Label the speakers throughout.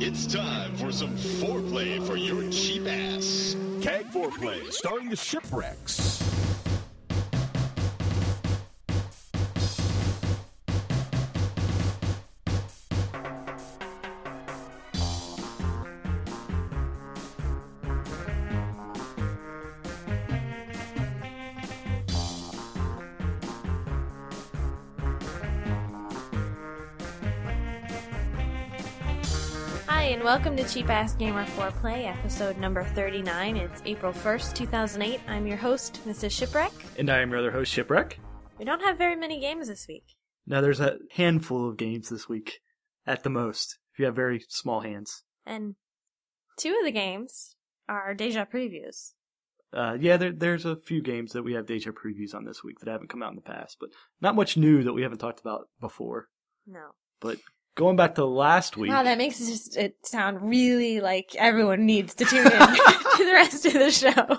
Speaker 1: It's time for some foreplay for your cheap ass.
Speaker 2: Cag Foreplay, starring the Shipwrecks.
Speaker 3: Hi, and welcome to Cheap Ass Gamer Foreplay, episode number 39. It's April 1st, 2008. I'm your host, Mrs. Shipwreck.
Speaker 4: And I am your other host, Shipwreck.
Speaker 3: We don't have very many games this week.
Speaker 4: Now, there's a handful of games this week, at the most, if you have very small hands.
Speaker 3: And two of the games are Deja Previews.
Speaker 4: Uh, yeah, there, there's a few games that we have deja previews on this week that haven't come out in the past, but not much new that we haven't talked about before.
Speaker 3: No.
Speaker 4: But going back to last week,
Speaker 3: Wow, that makes it, just, it sound really like everyone needs to tune in to the rest of the show.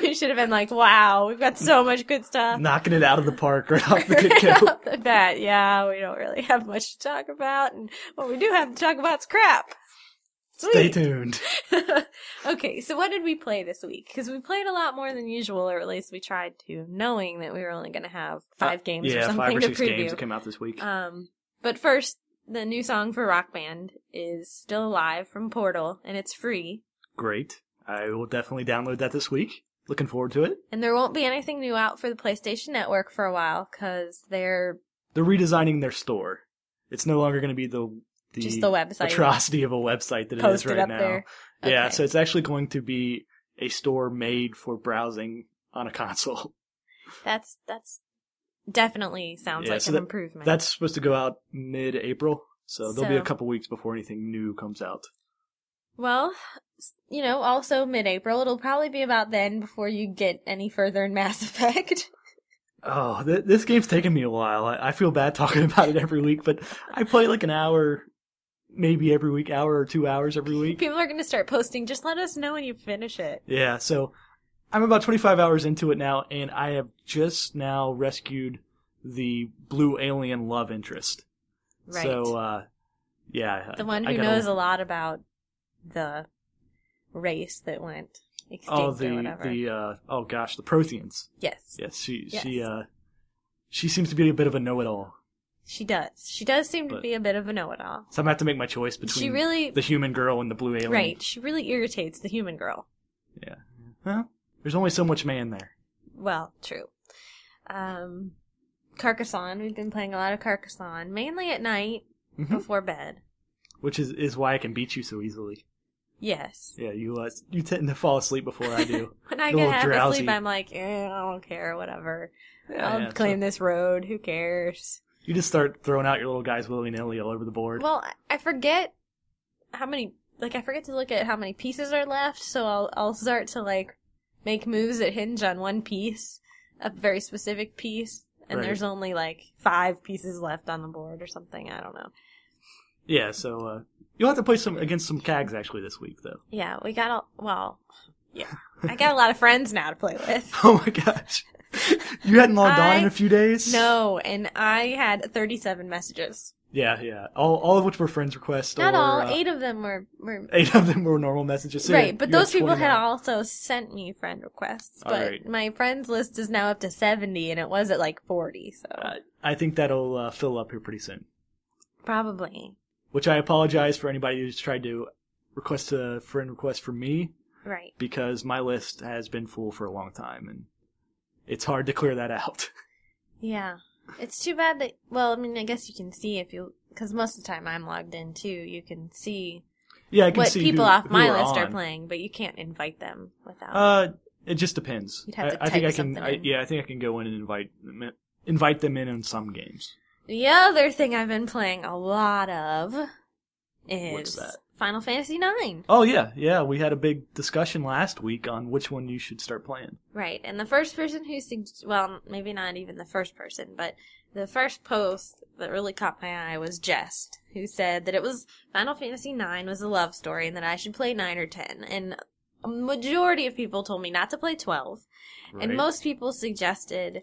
Speaker 3: We should have been like, wow, we've got so much good stuff.
Speaker 4: knocking it out of the park right off the
Speaker 3: Right
Speaker 4: get go.
Speaker 3: off the bat, yeah, we don't really have much to talk about, and what we do have to talk about is crap.
Speaker 4: Stay
Speaker 3: Sweet.
Speaker 4: tuned.
Speaker 3: okay, so what did we play this week? Because we played a lot more than usual, or at least we tried to, knowing that we were only going to have five
Speaker 4: Uh,
Speaker 3: games or
Speaker 4: yeah,
Speaker 3: something
Speaker 4: five or six
Speaker 3: to preview.
Speaker 4: games that came out this week.
Speaker 3: Um, but first, the new song for Rock Band is still alive from Portal, and it's free.
Speaker 4: Great. I will definitely download that this week. Looking forward to it.
Speaker 3: And there won't be anything new out for the PlayStation Network for a while because they're
Speaker 4: They're redesigning their store. It's no longer going to be the the,
Speaker 3: Just the website.
Speaker 4: atrocity of a website that it is
Speaker 3: posted
Speaker 4: right
Speaker 3: up
Speaker 4: now.
Speaker 3: there.
Speaker 4: Yeah,
Speaker 3: Okay.
Speaker 4: so it's actually going to be a store made for browsing on a console.
Speaker 3: That's that's definitely sounds
Speaker 4: Yeah,
Speaker 3: like
Speaker 4: so
Speaker 3: an
Speaker 4: that-
Speaker 3: improvement.
Speaker 4: That's supposed to go out mid-April, so there'll be
Speaker 3: So-
Speaker 4: a couple weeks before anything new comes out.
Speaker 3: well, s- you know, also mid-April. It'll probably be about then before you get any further in Mass Effect.
Speaker 4: Oh, th- this game's taken me a while. I-, I feel bad talking about it every week, but I play like an hour, maybe every week, hour or two hours every week.
Speaker 3: People are going to start posting. Just let us know when you finish it.
Speaker 4: Yeah, so I'm about 25 hours into it now, and I have just now rescued the blue alien love interest.
Speaker 3: Right.
Speaker 4: So, uh, yeah. I-
Speaker 3: the one
Speaker 4: I
Speaker 3: who
Speaker 4: gotta-
Speaker 3: knows a lot about the race that went extinct
Speaker 4: Oh,
Speaker 3: or
Speaker 4: the
Speaker 3: whatever.
Speaker 4: the uh, oh gosh, the Protheans.
Speaker 3: yes,
Speaker 4: Yes, she
Speaker 3: Yes.
Speaker 4: she uh, she seems to be a bit of a know-it-all.
Speaker 3: she does. She does seem to
Speaker 4: But-
Speaker 3: be a bit of a know-it-all.
Speaker 4: So I'm gonna have to make my choice between
Speaker 3: She really,
Speaker 4: the human girl and the blue alien.
Speaker 3: right? She really irritates the human girl.
Speaker 4: Huh? There's only so much man there.
Speaker 3: Well, true. Um, Carcassonne. We've been playing a lot of Carcassonne, mainly at night
Speaker 4: Mhm.
Speaker 3: before bed.
Speaker 4: Which is is why I can beat you so easily.
Speaker 3: Yes.
Speaker 4: Yeah, you uh, you tend to fall asleep before I do.
Speaker 3: When I
Speaker 4: You're
Speaker 3: get
Speaker 4: all
Speaker 3: half
Speaker 4: drowsy.
Speaker 3: asleep, I'm like, eh, I don't care, whatever.
Speaker 4: Yeah,
Speaker 3: I'll
Speaker 4: yeah, so-
Speaker 3: claim this road. Who cares?
Speaker 4: You just start throwing out your little guys willy nilly all over the board.
Speaker 3: Well, I- I forget how many. Like, I forget to look at how many pieces are left, so I'll I'll start to like make moves that hinge on one piece, a very specific piece, and
Speaker 4: Right.
Speaker 3: there's only like five pieces left on the board or something. I don't know.
Speaker 4: yeah, so uh, you'll have to play some against some cags actually this week though.
Speaker 3: Yeah, we got all. Well, yeah, I got a lot of friends now to play with.
Speaker 4: Oh my gosh, you hadn't logged
Speaker 3: I-
Speaker 4: on in a few days.
Speaker 3: No, and I had 37 messages.
Speaker 4: Yeah, yeah. All all of which were friends requests.
Speaker 3: Not
Speaker 4: or,
Speaker 3: all.
Speaker 4: uh,
Speaker 3: Eight of them were were
Speaker 4: eight of them were normal messages. So
Speaker 3: right,
Speaker 4: you-
Speaker 3: but
Speaker 4: you
Speaker 3: those people had
Speaker 4: 29.
Speaker 3: also sent me friend requests.
Speaker 4: All
Speaker 3: But
Speaker 4: right.
Speaker 3: my friends list is now up to 70, and it was at like 40, so
Speaker 4: Uh, I think that'll uh, fill up here pretty soon.
Speaker 3: probably.
Speaker 4: Which I apologize for anybody who's tried to request a friend request from me
Speaker 3: Right.
Speaker 4: because my list has been full for a long time and it's hard to clear that out.
Speaker 3: Yeah. It's too bad that, well, I mean, I guess you can see if you, because most of the time I'm logged in too, you can see
Speaker 4: yeah, I can
Speaker 3: what
Speaker 4: see
Speaker 3: people
Speaker 4: who-
Speaker 3: off
Speaker 4: who
Speaker 3: my
Speaker 4: are
Speaker 3: list are
Speaker 4: on.
Speaker 3: playing, but you can't invite them without.
Speaker 4: Uh, it just depends.
Speaker 3: You'd have to
Speaker 4: I, I think
Speaker 3: type
Speaker 4: I can.
Speaker 3: something
Speaker 4: I,
Speaker 3: in.
Speaker 4: yeah, I think I can go in and invite them in, invite them in on some games.
Speaker 3: the other thing I've been playing a lot of is
Speaker 4: What's that?
Speaker 3: Final Fantasy Nine.
Speaker 4: Oh yeah, yeah. We had a big discussion last week on which one you should start playing.
Speaker 3: Right, and the first person who sug- well, maybe not even the first person, but the first post that really caught my eye was Jess, who said that it was Final Fantasy IX was a love story and that I should play nine or ten. And a majority of people told me not to play twelve, and most people suggested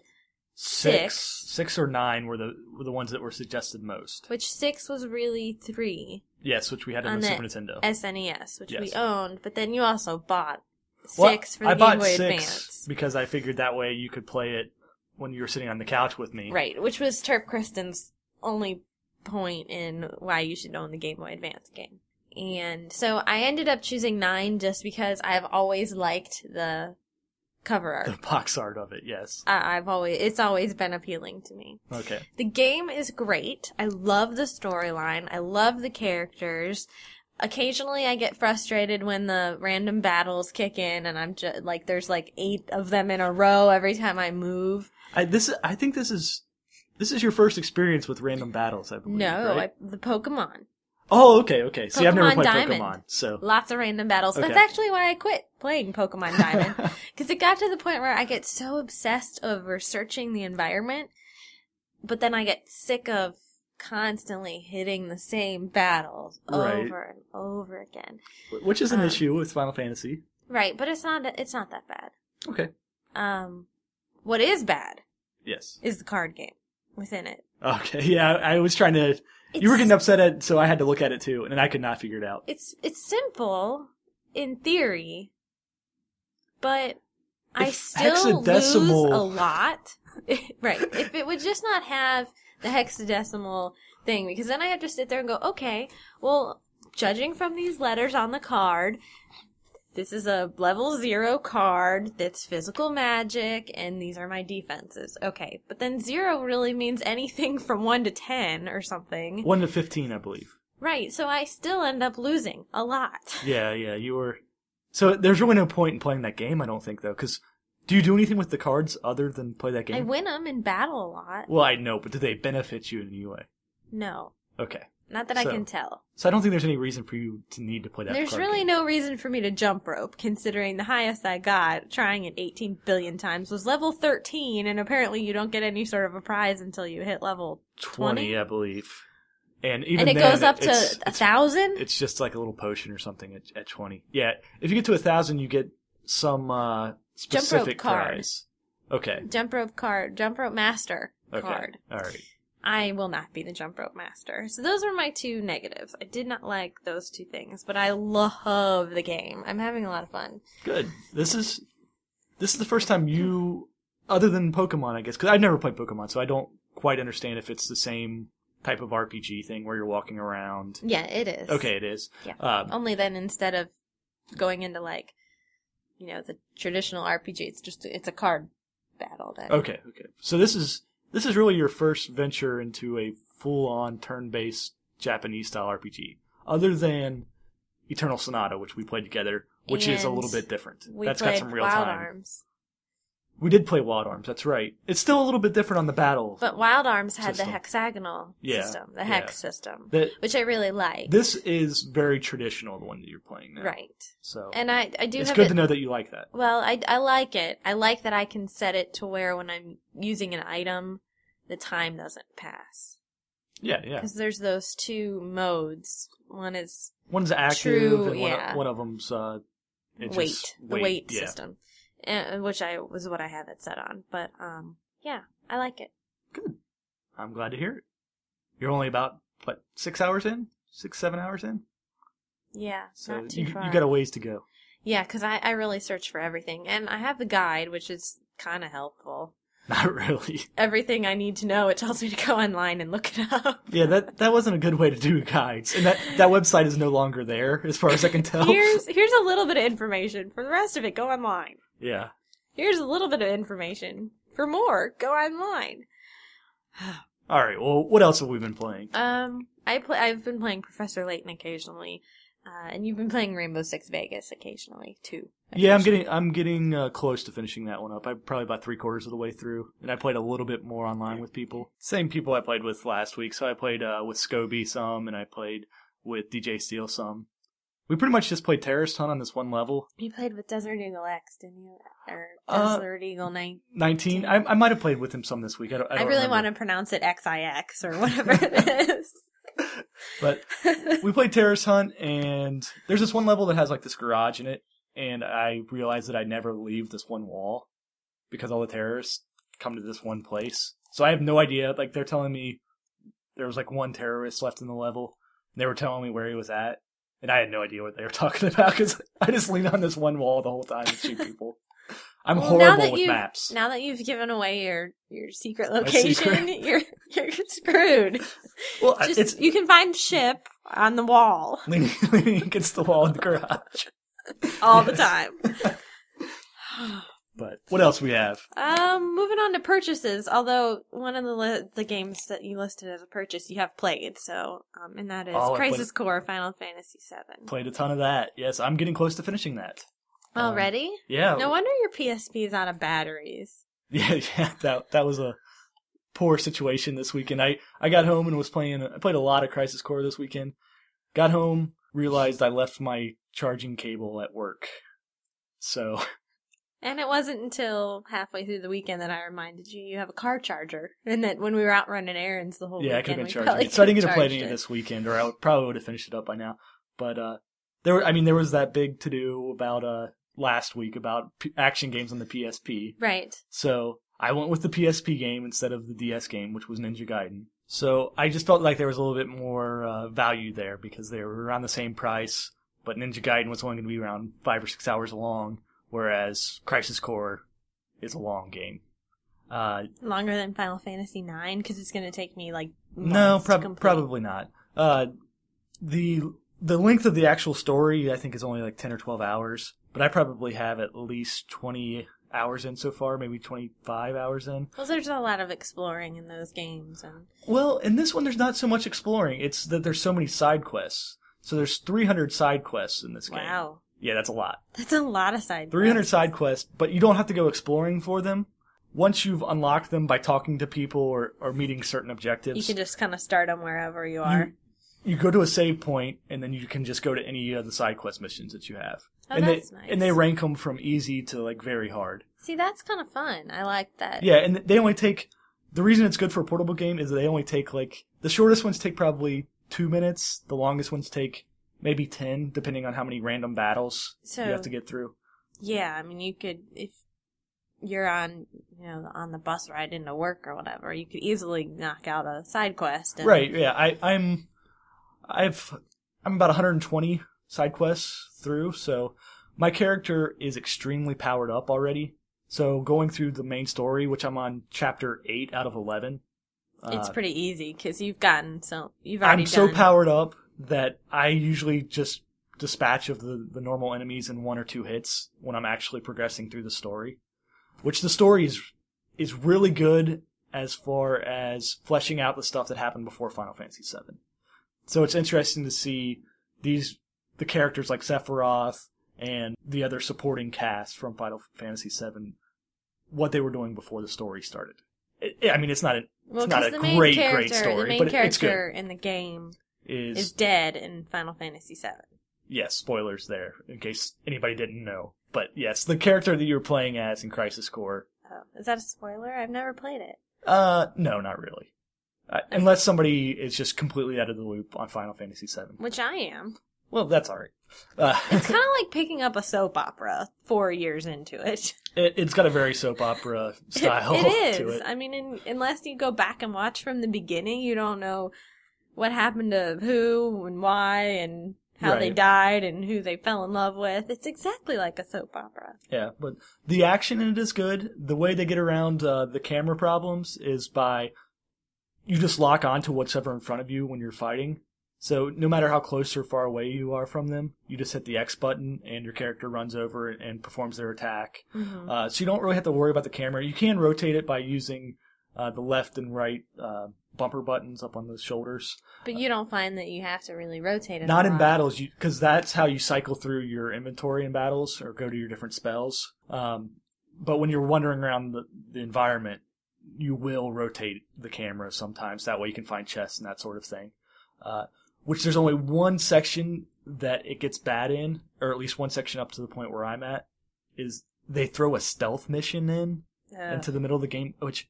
Speaker 4: six,
Speaker 3: six.
Speaker 4: six or nine were the were the ones that were suggested most.
Speaker 3: which six was really three.
Speaker 4: Yes, which we had on,
Speaker 3: On
Speaker 4: the
Speaker 3: the
Speaker 4: Super Nintendo.
Speaker 3: SNES, which we
Speaker 4: Yes.
Speaker 3: owned, but then you also bought six
Speaker 4: Well,
Speaker 3: for the
Speaker 4: I
Speaker 3: Game
Speaker 4: bought
Speaker 3: Boy
Speaker 4: six
Speaker 3: Advance.
Speaker 4: because I figured that way you could play it when you were sitting on the couch with me.
Speaker 3: Right, which was Terp Kristen's only point in why you should own the Game Boy Advance game. And so I ended up choosing nine just because I've always liked the cover
Speaker 4: The
Speaker 3: art.
Speaker 4: box art of it, yes.
Speaker 3: I- I've always it's always been appealing to me.
Speaker 4: Okay.
Speaker 3: The game is great. I love the storyline. I love the characters. Occasionally I get frustrated when the random battles kick in and I'm just like there's like 8 of them in a row every time I move.
Speaker 4: I this I think this is this is your first experience with random battles, I believe.
Speaker 3: No,
Speaker 4: right?
Speaker 3: I, the Pokemon.
Speaker 4: Oh, okay, okay. See, I've never
Speaker 3: Pokemon
Speaker 4: played
Speaker 3: Diamond.
Speaker 4: Pokemon, so
Speaker 3: Lots of random battles.
Speaker 4: Okay.
Speaker 3: That's actually why I quit playing Pokemon Diamond because it got to the point where I get so obsessed over searching the environment, but then I get sick of constantly hitting the same battles
Speaker 4: Right.
Speaker 3: over and over again.
Speaker 4: which is an
Speaker 3: Um,
Speaker 4: issue with Final Fantasy.
Speaker 3: Right, but it's not it's not that bad.
Speaker 4: Okay.
Speaker 3: Um, what is bad
Speaker 4: Yes.
Speaker 3: is the card game within it.
Speaker 4: Okay. Yeah, I, I was trying to. you were
Speaker 3: It's-
Speaker 4: getting upset at, so I had to look at it too, and I could not figure it out.
Speaker 3: it's it's simple in theory, but I
Speaker 4: If
Speaker 3: still lose a
Speaker 4: hexadecimal-
Speaker 3: lot. right. If it would just not have the hexadecimal thing, because then I have to sit there and go, okay, well, judging from these letters on the card, this is a level zero card that's physical magic, and these are my defenses. Okay. But then zero really means anything from one to ten or something.
Speaker 4: One to fifteen, I believe.
Speaker 3: Right. So I still end up losing a lot.
Speaker 4: Yeah, yeah. You were. So there's really no point in playing that game, I don't think, though, because do you do anything with the cards other than play that game?
Speaker 3: I win them in battle a lot.
Speaker 4: Well, I know, but do they benefit you in any way?
Speaker 3: No,
Speaker 4: Okay.
Speaker 3: not that I
Speaker 4: So,
Speaker 3: can tell.
Speaker 4: So I don't think there's any reason for you to need to play that.
Speaker 3: There's
Speaker 4: card
Speaker 3: really
Speaker 4: game.
Speaker 3: no reason for me to jump rope, considering the highest I got trying it 18 billion times was level 13, and apparently you don't get any sort of a prize until you hit level
Speaker 4: 20,
Speaker 3: 20.
Speaker 4: I believe. And even
Speaker 3: and it
Speaker 4: then,
Speaker 3: goes up to
Speaker 4: it's,
Speaker 3: a
Speaker 4: it's,
Speaker 3: thousand.
Speaker 4: it's just like a little potion or something at, at 20. Yeah, if you get to a thousand, you get some uh,
Speaker 3: rope
Speaker 4: specific
Speaker 3: card.
Speaker 4: prize. Okay.
Speaker 3: Jump rope card, jump rope master
Speaker 4: Okay.
Speaker 3: card.
Speaker 4: All right.
Speaker 3: I will not be the jump rope master. So those were my two negatives. I did not like those two things, but I love the game. I'm having a lot of fun.
Speaker 4: Good. This is this is the first time you, other than Pokemon, I guess, because I've never played Pokemon, so I don't quite understand if it's the same type of RPG thing where you're walking around.
Speaker 3: Yeah, it is.
Speaker 4: Okay, it is.
Speaker 3: Yeah. Oh,
Speaker 4: Um,
Speaker 3: Only then instead of going into like, you know, the traditional RPG, it's just it's a card battle. Then.
Speaker 4: Okay, okay. So this is this is really your first venture into a full-on turn-based Japanese-style RPG, other than Eternal Sonata, which we played together, which is a
Speaker 3: And
Speaker 4: little bit different.
Speaker 3: We
Speaker 4: That's
Speaker 3: played
Speaker 4: got some real
Speaker 3: Wild
Speaker 4: time.
Speaker 3: Arms,
Speaker 4: We did play Wild Arms. That's right. It's still a little bit different on the battle.
Speaker 3: but Wild Arms had
Speaker 4: System.
Speaker 3: the hexagonal
Speaker 4: Yeah,
Speaker 3: system, the hex
Speaker 4: yeah.
Speaker 3: system,
Speaker 4: that
Speaker 3: which I really like.
Speaker 4: this is very traditional, the one that you're playing now.
Speaker 3: right,
Speaker 4: So
Speaker 3: and I I do
Speaker 4: it's
Speaker 3: have
Speaker 4: good
Speaker 3: it.
Speaker 4: to know that you like that.
Speaker 3: well, I I like it. I like that I can set it to where when I'm using an item, the time doesn't pass
Speaker 4: Yeah, yeah.
Speaker 3: because there's those two modes. One is
Speaker 4: One's active,
Speaker 3: True,
Speaker 4: and one,
Speaker 3: yeah.
Speaker 4: one of them's uh, it just-
Speaker 3: weight, the weight
Speaker 4: yeah.
Speaker 3: system, uh, which I was what I have it set on. But um, yeah, I like it.
Speaker 4: I'm glad to hear it. You're only about what six hours in, six seven hours in,
Speaker 3: Yeah,
Speaker 4: so
Speaker 3: not too
Speaker 4: you, you
Speaker 3: far.
Speaker 4: got a ways to go.
Speaker 3: Yeah, because I I really search for everything, and I have the guide, which is kind of helpful.
Speaker 4: Not really.
Speaker 3: Everything I need to know, it tells me to go online and look it up.
Speaker 4: Yeah, that that wasn't a good way to do guides, and that that website is no longer there, as far as I can tell.
Speaker 3: Here's here's a little bit of information. For the rest of it, go online.
Speaker 4: yeah,
Speaker 3: Here's a little bit of information. For more, go online.
Speaker 4: all right. Well, what else have we been playing?
Speaker 3: Um, I play. I've been playing Professor Layton occasionally, uh, and you've been playing Rainbow Six Vegas occasionally too.
Speaker 4: Yeah, I'm getting I'm getting uh, close to finishing that one up. I'm probably about three quarters of the way through, and I played a little bit more online with people. Same people I played with last week. So I played uh, with Scobie some, and I played with DJ Steel some. We pretty much just played Terrorist Hunt on this one level.
Speaker 3: You played with Desert Eagle X, didn't you? Or
Speaker 4: Uh,
Speaker 3: Desert Eagle Nine.
Speaker 4: 19. I, I might have played with him some this week. I, don't, I,
Speaker 3: I,
Speaker 4: don't
Speaker 3: really want
Speaker 4: remember.
Speaker 3: to pronounce it XIX or whatever it is.
Speaker 4: But we played Terrorist Hunt, and there's this one level that has like this garage in it, and I realized that I never leave this one wall because all the terrorists come to this one place. So I have no idea. Like they're telling me there was like one terrorist left in the level, They were telling me where he was at, and I had no idea what they were talking about because I just leaned on this one wall the whole time and shoot people. I'm
Speaker 3: Well, now
Speaker 4: horrible
Speaker 3: that
Speaker 4: with
Speaker 3: you-
Speaker 4: maps.
Speaker 3: Now that you've given away your your secret
Speaker 4: My
Speaker 3: location,
Speaker 4: secret.
Speaker 3: you're you're screwed.
Speaker 4: well, I-
Speaker 3: Just
Speaker 4: it's
Speaker 3: you can find ship on the wall
Speaker 4: leaning, leaning against the wall in the garage.
Speaker 3: all the time.
Speaker 4: But what else we have?
Speaker 3: Um, moving on to purchases. Although one of the li- the games that you listed as a purchase, you have played. So, um, and that is
Speaker 4: Oh, I played-
Speaker 3: Crisis Core Final Fantasy VII.
Speaker 4: Played a ton of that. Yes, I'm getting close to finishing that. Um,
Speaker 3: Already?
Speaker 4: Yeah.
Speaker 3: no wonder your PSP is out of batteries.
Speaker 4: Yeah, yeah, that that was a poor situation this weekend. I I got home and was playing. I played a lot of Crisis Core this weekend. Got home, realized I left my charging cable at work. So
Speaker 3: And it wasn't until halfway through the weekend that I reminded you you have a car charger, and that when we were out running errands the whole
Speaker 4: yeah, I
Speaker 3: weekend,
Speaker 4: could have been
Speaker 3: we
Speaker 4: charging
Speaker 3: probably
Speaker 4: it. So I didn't get
Speaker 3: could've
Speaker 4: to play
Speaker 3: charged
Speaker 4: any
Speaker 3: it.
Speaker 4: of this weekend, or I would, probably would have finished it up by now. But uh, there were. I mean, there was that big to do about uh last week about p- action games on the PSP.
Speaker 3: Right.
Speaker 4: So I went with the PSP game instead of the DS game, which was Ninja Gaiden. So I just felt like there was a little bit more uh, value there because they were around the same price, but Ninja Gaiden was only going to be around five or six hours long, whereas Crisis Core is a long game. Uh,
Speaker 3: Longer than Final Fantasy Nine because it's going to take me like
Speaker 4: no,
Speaker 3: months to
Speaker 4: prob-
Speaker 3: complete.
Speaker 4: probably not. Uh, the the length of the actual story, I think, is only like ten or twelve hours, but I probably have at least twenty hours in so far, maybe twenty five hours in.
Speaker 3: Well, there's a lot of exploring in those games, and
Speaker 4: Well, in this one, there's not so much exploring. It's that there's so many side quests. So there's 300 side quests in this game.
Speaker 3: wow,
Speaker 4: Yeah, that's a lot.
Speaker 3: that's a lot of side.
Speaker 4: 300
Speaker 3: quests.
Speaker 4: side quests, but you don't have to go exploring for them. Once you've unlocked them by talking to people or, or meeting certain objectives,
Speaker 3: You can just kind of start them wherever you are.
Speaker 4: you, you go to a save point, and then you can just go to any of the side quest missions that you have.
Speaker 3: Oh,
Speaker 4: and
Speaker 3: that's
Speaker 4: they,
Speaker 3: nice.
Speaker 4: And they rank them from easy to like very hard.
Speaker 3: See, that's kind of fun. I like that.
Speaker 4: Yeah, and they only take the reason it's good for a portable game is that they only take like the shortest ones take probably two minutes, the longest ones take maybe ten, depending on how many random battles
Speaker 3: So-
Speaker 4: you have to get through.
Speaker 3: Yeah, I mean, you could if you're on, you know, on the bus ride into work or whatever, you could easily knock out a side quest. And,
Speaker 4: Right? Yeah, I, I'm I've I'm about 120 side quests through, so my character is extremely powered up already. So going through the main story, which I'm on chapter eight out of eleven,
Speaker 3: It's
Speaker 4: uh,
Speaker 3: pretty easy because you've gotten so you've already.
Speaker 4: I'm so
Speaker 3: done-
Speaker 4: powered up that I usually just dispatch of the, the normal enemies in one or two hits when I'm actually progressing through the story. Which the story is is really good as far as fleshing out the stuff that happened before Final Fantasy VII. So it's interesting to see these the characters like Sephiroth and the other supporting cast from Final Fantasy VII, what they were doing before the story started. It, I mean, it's not an,
Speaker 3: Well,
Speaker 4: it's not
Speaker 3: 'cause
Speaker 4: a
Speaker 3: the main
Speaker 4: great,
Speaker 3: character,
Speaker 4: great story,
Speaker 3: the main
Speaker 4: but it-
Speaker 3: character
Speaker 4: it's good.
Speaker 3: in the game
Speaker 4: is,
Speaker 3: is dead in Final Fantasy VII.
Speaker 4: yes, spoilers there in case anybody didn't know. But yes, the character that you were playing as in Crisis Core.
Speaker 3: Oh, is that a spoiler? I've never played it.
Speaker 4: Uh, no, not really. Uh, unless somebody is just completely out of the loop on Final Fantasy VII.
Speaker 3: Which I am.
Speaker 4: Well, that's all right. Uh,
Speaker 3: It's kind of like picking up a soap opera four years into it.
Speaker 4: it, it's got a very soap opera style
Speaker 3: it is.
Speaker 4: to it.
Speaker 3: I mean, in, unless you go back and watch from the beginning, you don't know what happened to who and why and how they
Speaker 4: Right.
Speaker 3: died and who they fell in love with. It's exactly like a soap opera.
Speaker 4: Yeah, but the action in it is good. The way they get around uh, the camera problems is by you just lock on to whatever in front of you when you're fighting. So no matter how close or far away you are from them, you just hit the X button and your character runs over and performs their attack. Uh, so you don't really have to worry about the camera. You can rotate it by using uh, the left and right uh, bumper buttons up on the shoulders.
Speaker 3: But you don't find that you have to really rotate it. a
Speaker 4: Not in
Speaker 3: lot.
Speaker 4: battles, because that's how you cycle through your inventory in battles or go to your different spells. Um, but when you're wandering around the, the environment, you will rotate the camera sometimes. That way you can find chests and that sort of thing. Uh, which there's only one section that it gets bad in, or at least one section up to the point where I'm at, is they throw a stealth mission in
Speaker 3: Uh,
Speaker 4: into the middle of the game, which,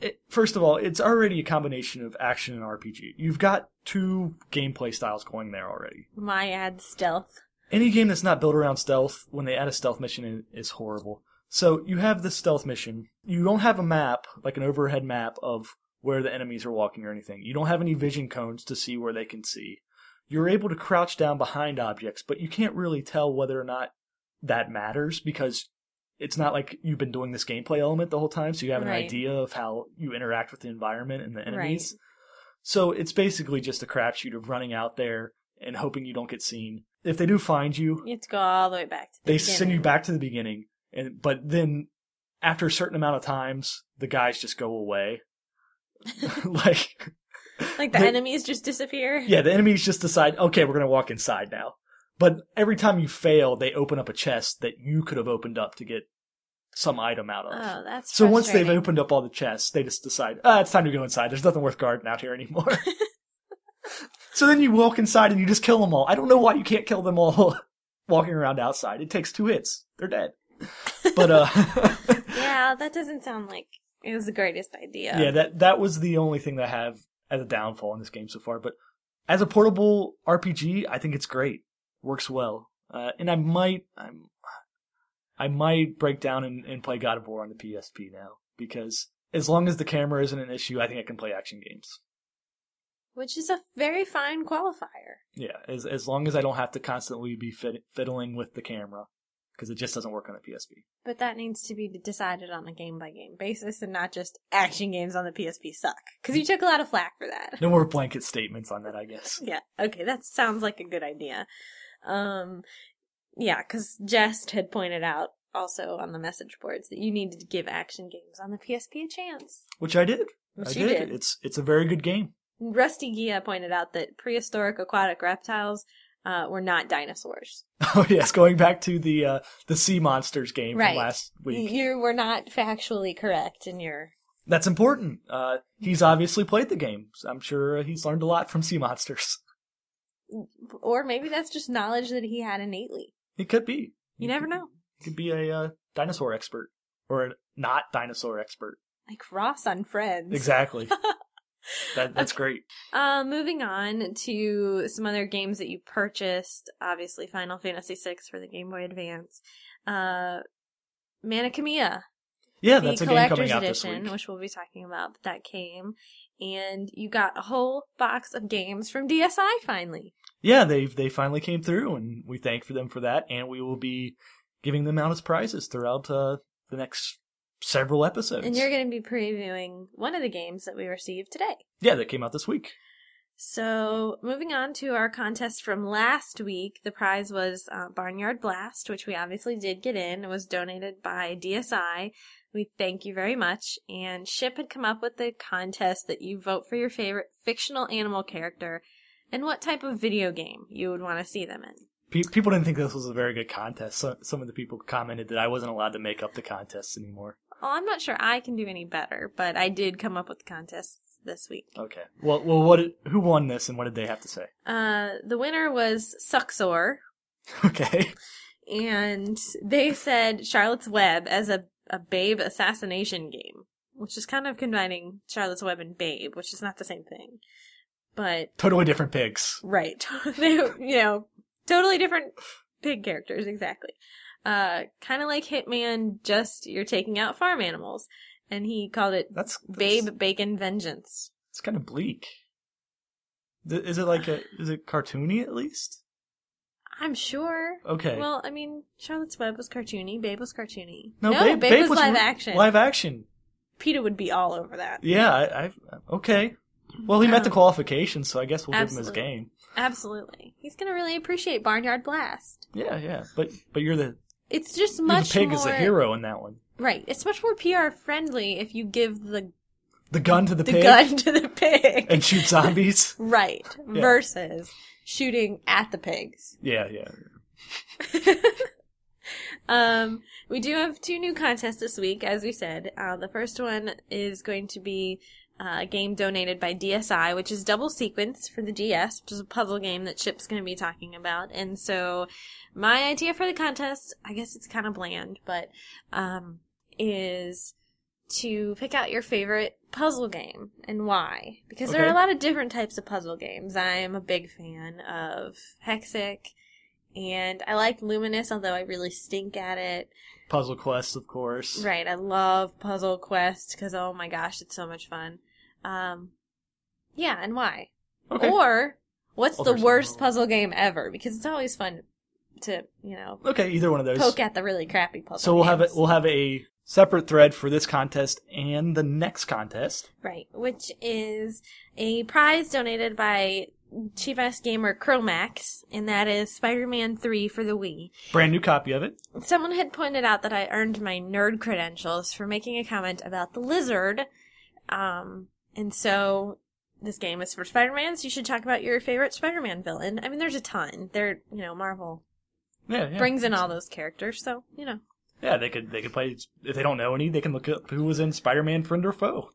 Speaker 4: it, first of all, it's already a combination of action and RPG. You've got two gameplay styles going there already.
Speaker 3: my ad stealth.
Speaker 4: Any game that's not built around stealth, when they add a stealth mission in, is horrible. So you have this stealth mission. You don't have a map, like an overhead map of where the enemies are walking or anything. You don't have any vision cones to see where they can see. You're able to crouch down behind objects, but you can't really tell whether or not that matters because it's not like you've been doing this gameplay element the whole time, so you have an
Speaker 3: Right.
Speaker 4: idea of how you interact with the environment and the enemies. So it's basically just a crapshoot of running out there and hoping you don't get seen. If they do find you,
Speaker 3: You have to go all the way back to the
Speaker 4: they send you
Speaker 3: beginning.
Speaker 4: back to the beginning and but then after a certain amount of times the guys just go away like
Speaker 3: Like the
Speaker 4: they-
Speaker 3: enemies just disappear.
Speaker 4: yeah the enemies just decide okay we're gonna walk inside now but every time you fail they open up a chest that you could have opened up to get some item out of
Speaker 3: Oh, that's
Speaker 4: so once they've
Speaker 3: frustrating.
Speaker 4: opened up all the chests they just decide ah it's time to go inside there's nothing worth guarding out here anymore so then you walk inside and you just kill them all i don't know why you can't kill them all walking around outside it takes two hits they're dead but uh
Speaker 3: yeah, that doesn't sound like it was the greatest idea.
Speaker 4: yeah that that was the only thing that i have as a downfall in this game so far but as a portable rpg i think it's great works well uh, and i might i'm i might break down and, and play god of war on the psp now because as long as the camera isn't an issue i think i can play action games
Speaker 3: which is a very fine qualifier.
Speaker 4: yeah as as long as i don't have to constantly be fid- fiddling with the camera because it just doesn't work on the psp
Speaker 3: But that needs to be decided on a game by game basis and not just action games on the PSP suck. Because you took a lot of flack for that.
Speaker 4: no more blanket statements on that i guess
Speaker 3: Yeah, okay, that sounds like a good idea. Um, yeah, because Jest had pointed out also on the message boards that you needed to give action games on the PSP a chance.
Speaker 4: which i did
Speaker 3: Which
Speaker 4: i
Speaker 3: you did.
Speaker 4: it's it's a very good game
Speaker 3: Rusty Gia pointed out that prehistoric aquatic reptiles uh, were not dinosaurs.
Speaker 4: Oh yes, going back to the uh, the sea monsters game
Speaker 3: Right.
Speaker 4: from last week.
Speaker 3: You were not factually correct in your.
Speaker 4: That's important. Uh, he's obviously played the game. So I'm sure he's learned a lot from sea monsters.
Speaker 3: Or maybe that's just knowledge that he had innately.
Speaker 4: He could be.
Speaker 3: You never know.
Speaker 4: He could be a uh, dinosaur expert or a not dinosaur expert.
Speaker 3: Like Ross on Friends.
Speaker 4: Exactly. that, that's great.
Speaker 3: Uh, moving on to some other games that you purchased. Obviously, Final Fantasy VI for the Game Boy Advance. Uh, Manichemia,
Speaker 4: Yeah,
Speaker 3: the
Speaker 4: that's a game
Speaker 3: collector's
Speaker 4: coming out this
Speaker 3: edition,
Speaker 4: week.
Speaker 3: which we'll be talking about, but that came. And you got a whole box of games from DSI finally.
Speaker 4: Yeah, they they finally came through, and we thank for them for that. And we will be giving them out as prizes throughout uh, the next several episodes.
Speaker 3: And you're going to be previewing one of the games that we received today.
Speaker 4: yeah, that came out this week.
Speaker 3: So, moving on to our contest from last week, the prize was uh, Barnyard Blast, which we obviously did get in. It was donated by DSI. We thank you very much. And Ship had come up with the contest that you vote for your favorite fictional animal character and what type of video game you would want to see them in.
Speaker 4: Pe- people didn't think this was a very good contest. So, some of the people commented that I wasn't allowed to make up the contests anymore.
Speaker 3: Well, I'm not sure I can do any better, but I did come up with the contests this week.
Speaker 4: Okay. Well, well, what? Did, who won this, and what did they have to say?
Speaker 3: Uh, the winner was Suxor,
Speaker 4: Okay.
Speaker 3: and they said Charlotte's Web as a, a babe assassination game, which is kind of combining Charlotte's Web and Babe, which is not the same thing. But
Speaker 4: Totally different pigs.
Speaker 3: right, they you know totally different pig characters exactly. Uh, kind of like Hitman, just you're taking out farm animals, and he called it
Speaker 4: That's that's-
Speaker 3: Babe Bacon Vengeance.
Speaker 4: It's kind of bleak. Th- Is it like a? Is it cartoony at least?
Speaker 3: I'm sure.
Speaker 4: Okay.
Speaker 3: Well, I mean, Charlotte's Web was cartoony, Babe was cartoony.
Speaker 4: Babe, Babe
Speaker 3: was, live
Speaker 4: re-
Speaker 3: action.
Speaker 4: Live action.
Speaker 3: PETA would be all over that.
Speaker 4: Yeah. I, I okay. Well, he met the
Speaker 3: Um,
Speaker 4: qualifications, so I guess we'll give
Speaker 3: absolutely.
Speaker 4: him his game.
Speaker 3: Absolutely. He's going to really appreciate Barnyard Blast.
Speaker 4: Yeah, yeah. But but you're the,
Speaker 3: It's just
Speaker 4: you're the
Speaker 3: much
Speaker 4: pig
Speaker 3: more
Speaker 4: is the hero in that one.
Speaker 3: Right. It's much more PR friendly if you give the
Speaker 4: The gun to the,
Speaker 3: the
Speaker 4: pig
Speaker 3: gun to the pig.
Speaker 4: and shoot zombies.
Speaker 3: right. Versus shooting at the pigs.
Speaker 4: yeah, yeah.
Speaker 3: Um, we do have two new contests this week, as we said. Uh, the first one is going to be uh, a game donated by DSI, which is Double Sequence for the DS, which is a puzzle game that Chip's going to be talking about. And so, my idea for the contest, I guess it's kind of bland, but um, is to pick out your favorite puzzle game and why. Because there are a
Speaker 4: Okay.
Speaker 3: lot of different types of puzzle games. I am a big fan of Hexic, and I like Luminous, although I really stink at it.
Speaker 4: Puzzle Quest, of course.
Speaker 3: Right, I love Puzzle Quest because oh my gosh, it's so much fun. Um, yeah, and why?
Speaker 4: Okay.
Speaker 3: Or what's
Speaker 4: Oh,
Speaker 3: the
Speaker 4: there's
Speaker 3: worst
Speaker 4: another one.
Speaker 3: puzzle game ever? Because it's always fun to you know
Speaker 4: okay, either one of those.
Speaker 3: poke at the really crappy puzzle.
Speaker 4: So we'll have a,
Speaker 3: games.
Speaker 4: we'll have a separate thread for this contest and the next contest.
Speaker 3: Right, which is a prize donated by cheapest gamer Cromax, and that is Spider-Man 3 for the Wii.
Speaker 4: Brand new copy of it.
Speaker 3: Someone had pointed out that I earned my nerd credentials for making a comment about the lizard, um, and so this game is for Spider-Man, so you should talk about your favorite Spider-Man villain. I mean, there's a ton. They're, you know, Marvel
Speaker 4: Yeah, yeah.
Speaker 3: brings in all those characters, so, you know.
Speaker 4: Yeah, they could they could play if they don't know any, they can look up who was in Spider-Man friend or foe,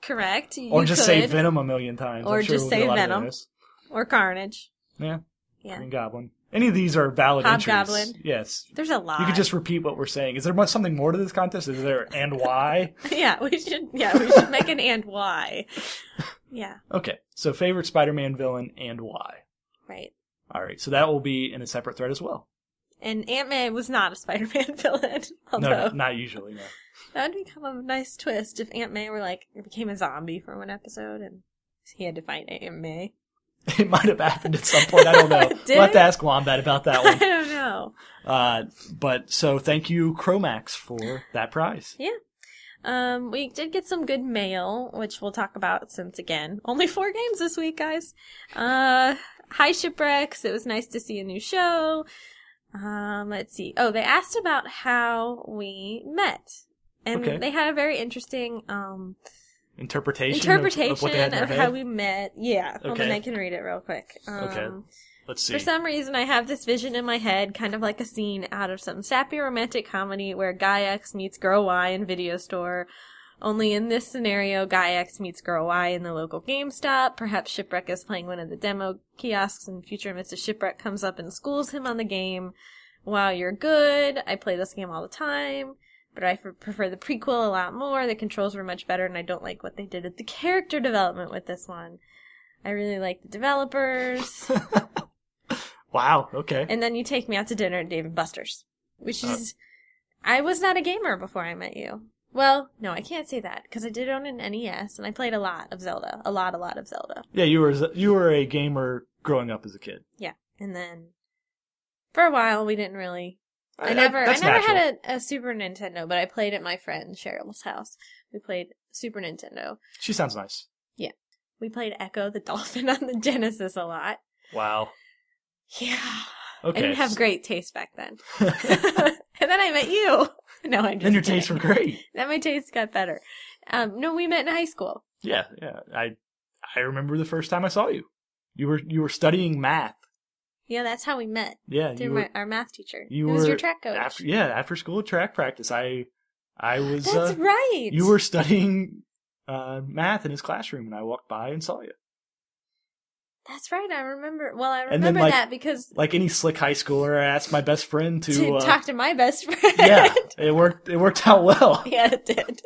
Speaker 3: Correct. You
Speaker 4: or just say
Speaker 3: could.
Speaker 4: Venom a million times.
Speaker 3: Or
Speaker 4: I'm sure
Speaker 3: just
Speaker 4: we'll get
Speaker 3: say
Speaker 4: a lot of
Speaker 3: Venom.
Speaker 4: those.
Speaker 3: Or Carnage.
Speaker 4: Yeah,
Speaker 3: Yeah.
Speaker 4: Green Goblin. Any of these are valid
Speaker 3: Hobgoblin.
Speaker 4: entries. Yes.
Speaker 3: There's a lot.
Speaker 4: You could just repeat what we're saying. Is there much something more to this contest? Is there and why?
Speaker 3: Yeah, we should. Yeah, we should make an and why. Yeah,
Speaker 4: Okay, so favorite Spider-Man villain and why?
Speaker 3: right.
Speaker 4: All right, so that will be in a separate thread as well.
Speaker 3: And Aunt May was not a Spider-Man villain, although
Speaker 4: No, no, not usually. No.
Speaker 3: that would become a nice twist if Aunt May were like became a zombie for one episode and he had to fight Aunt May.
Speaker 4: It might have happened at some point. I don't know.
Speaker 3: Did
Speaker 4: we'll have to
Speaker 3: it?
Speaker 4: ask Wombat about that
Speaker 3: I
Speaker 4: one.
Speaker 3: don't know.
Speaker 4: Uh, but so thank you, Chromax, for that prize.
Speaker 3: Um, we did get some good mail, which we'll talk about since again only four games this week, guys. Uh, hi shipwrecks. It was nice to see a new show. Um, let's see. Oh, they asked about how we met, and
Speaker 4: Okay.
Speaker 3: they had a very interesting um
Speaker 4: Interpretation, of-
Speaker 3: interpretation
Speaker 4: of, what they had in
Speaker 3: of
Speaker 4: their
Speaker 3: how
Speaker 4: head?
Speaker 3: we met. Yeah, hold on,
Speaker 4: Okay.
Speaker 3: I can read it real quick. Um,
Speaker 4: Okay. Let's see.
Speaker 3: for some reason, I have this vision in my head, kind of like a scene out of some sappy romantic comedy where guy X meets girl Y in video store. Only in this scenario, guy X meets girl Y in the local GameStop. Perhaps Shipwreck is playing one of the demo kiosks, and future Mrs. Shipwreck comes up and schools him on the game. Wow, you're good. I play this game all the time, but I f- prefer the prequel a lot more. The controls were much better, and I don't like what they did at the character development with this one. I really like the developers.
Speaker 4: wow. Okay.
Speaker 3: And then you take me out to dinner at Dave and Buster's, which
Speaker 4: Oh.
Speaker 3: is, I was not a gamer before I met you. Well, no, I can't say that because I did own an NES and I played a lot of Zelda, a lot, a lot of Zelda.
Speaker 4: yeah, you were you were a gamer growing up as a kid.
Speaker 3: Yeah, and then for a while we didn't really. I,
Speaker 4: I-
Speaker 3: never, I
Speaker 4: Uh, that's
Speaker 3: never
Speaker 4: natural.
Speaker 3: had a, a Super Nintendo, but I played at my friend Cheryl's house. We played Super Nintendo.
Speaker 4: She sounds nice.
Speaker 3: We played Echo the Dolphin on the Genesis a lot.
Speaker 4: Wow.
Speaker 3: Yeah,
Speaker 4: Okay.
Speaker 3: I didn't have great taste back then. and then I met you. No, I'm just
Speaker 4: then
Speaker 3: kidding.
Speaker 4: your tastes were great.
Speaker 3: That my taste got better. Um, no, we met in high school.
Speaker 4: Yeah, yeah. I I remember the first time I saw you. You were you were studying math.
Speaker 3: Yeah, that's how we met.
Speaker 4: Yeah,
Speaker 3: Through
Speaker 4: you were
Speaker 3: my, our math teacher.
Speaker 4: you
Speaker 3: Who was your
Speaker 4: were
Speaker 3: track coach?
Speaker 4: after yeah after school track practice. I I was
Speaker 3: that's
Speaker 4: uh,
Speaker 3: right.
Speaker 4: you were studying uh, math in his classroom, and I walked by and saw you.
Speaker 3: That's right. I remember. Well, I
Speaker 4: And
Speaker 3: remember
Speaker 4: then, like,
Speaker 3: that because
Speaker 4: Like any slick high schooler, I asked my best friend to.
Speaker 3: to,
Speaker 4: uh,
Speaker 3: talk to my best friend.
Speaker 4: yeah, it worked. It worked out well.
Speaker 3: yeah, it did.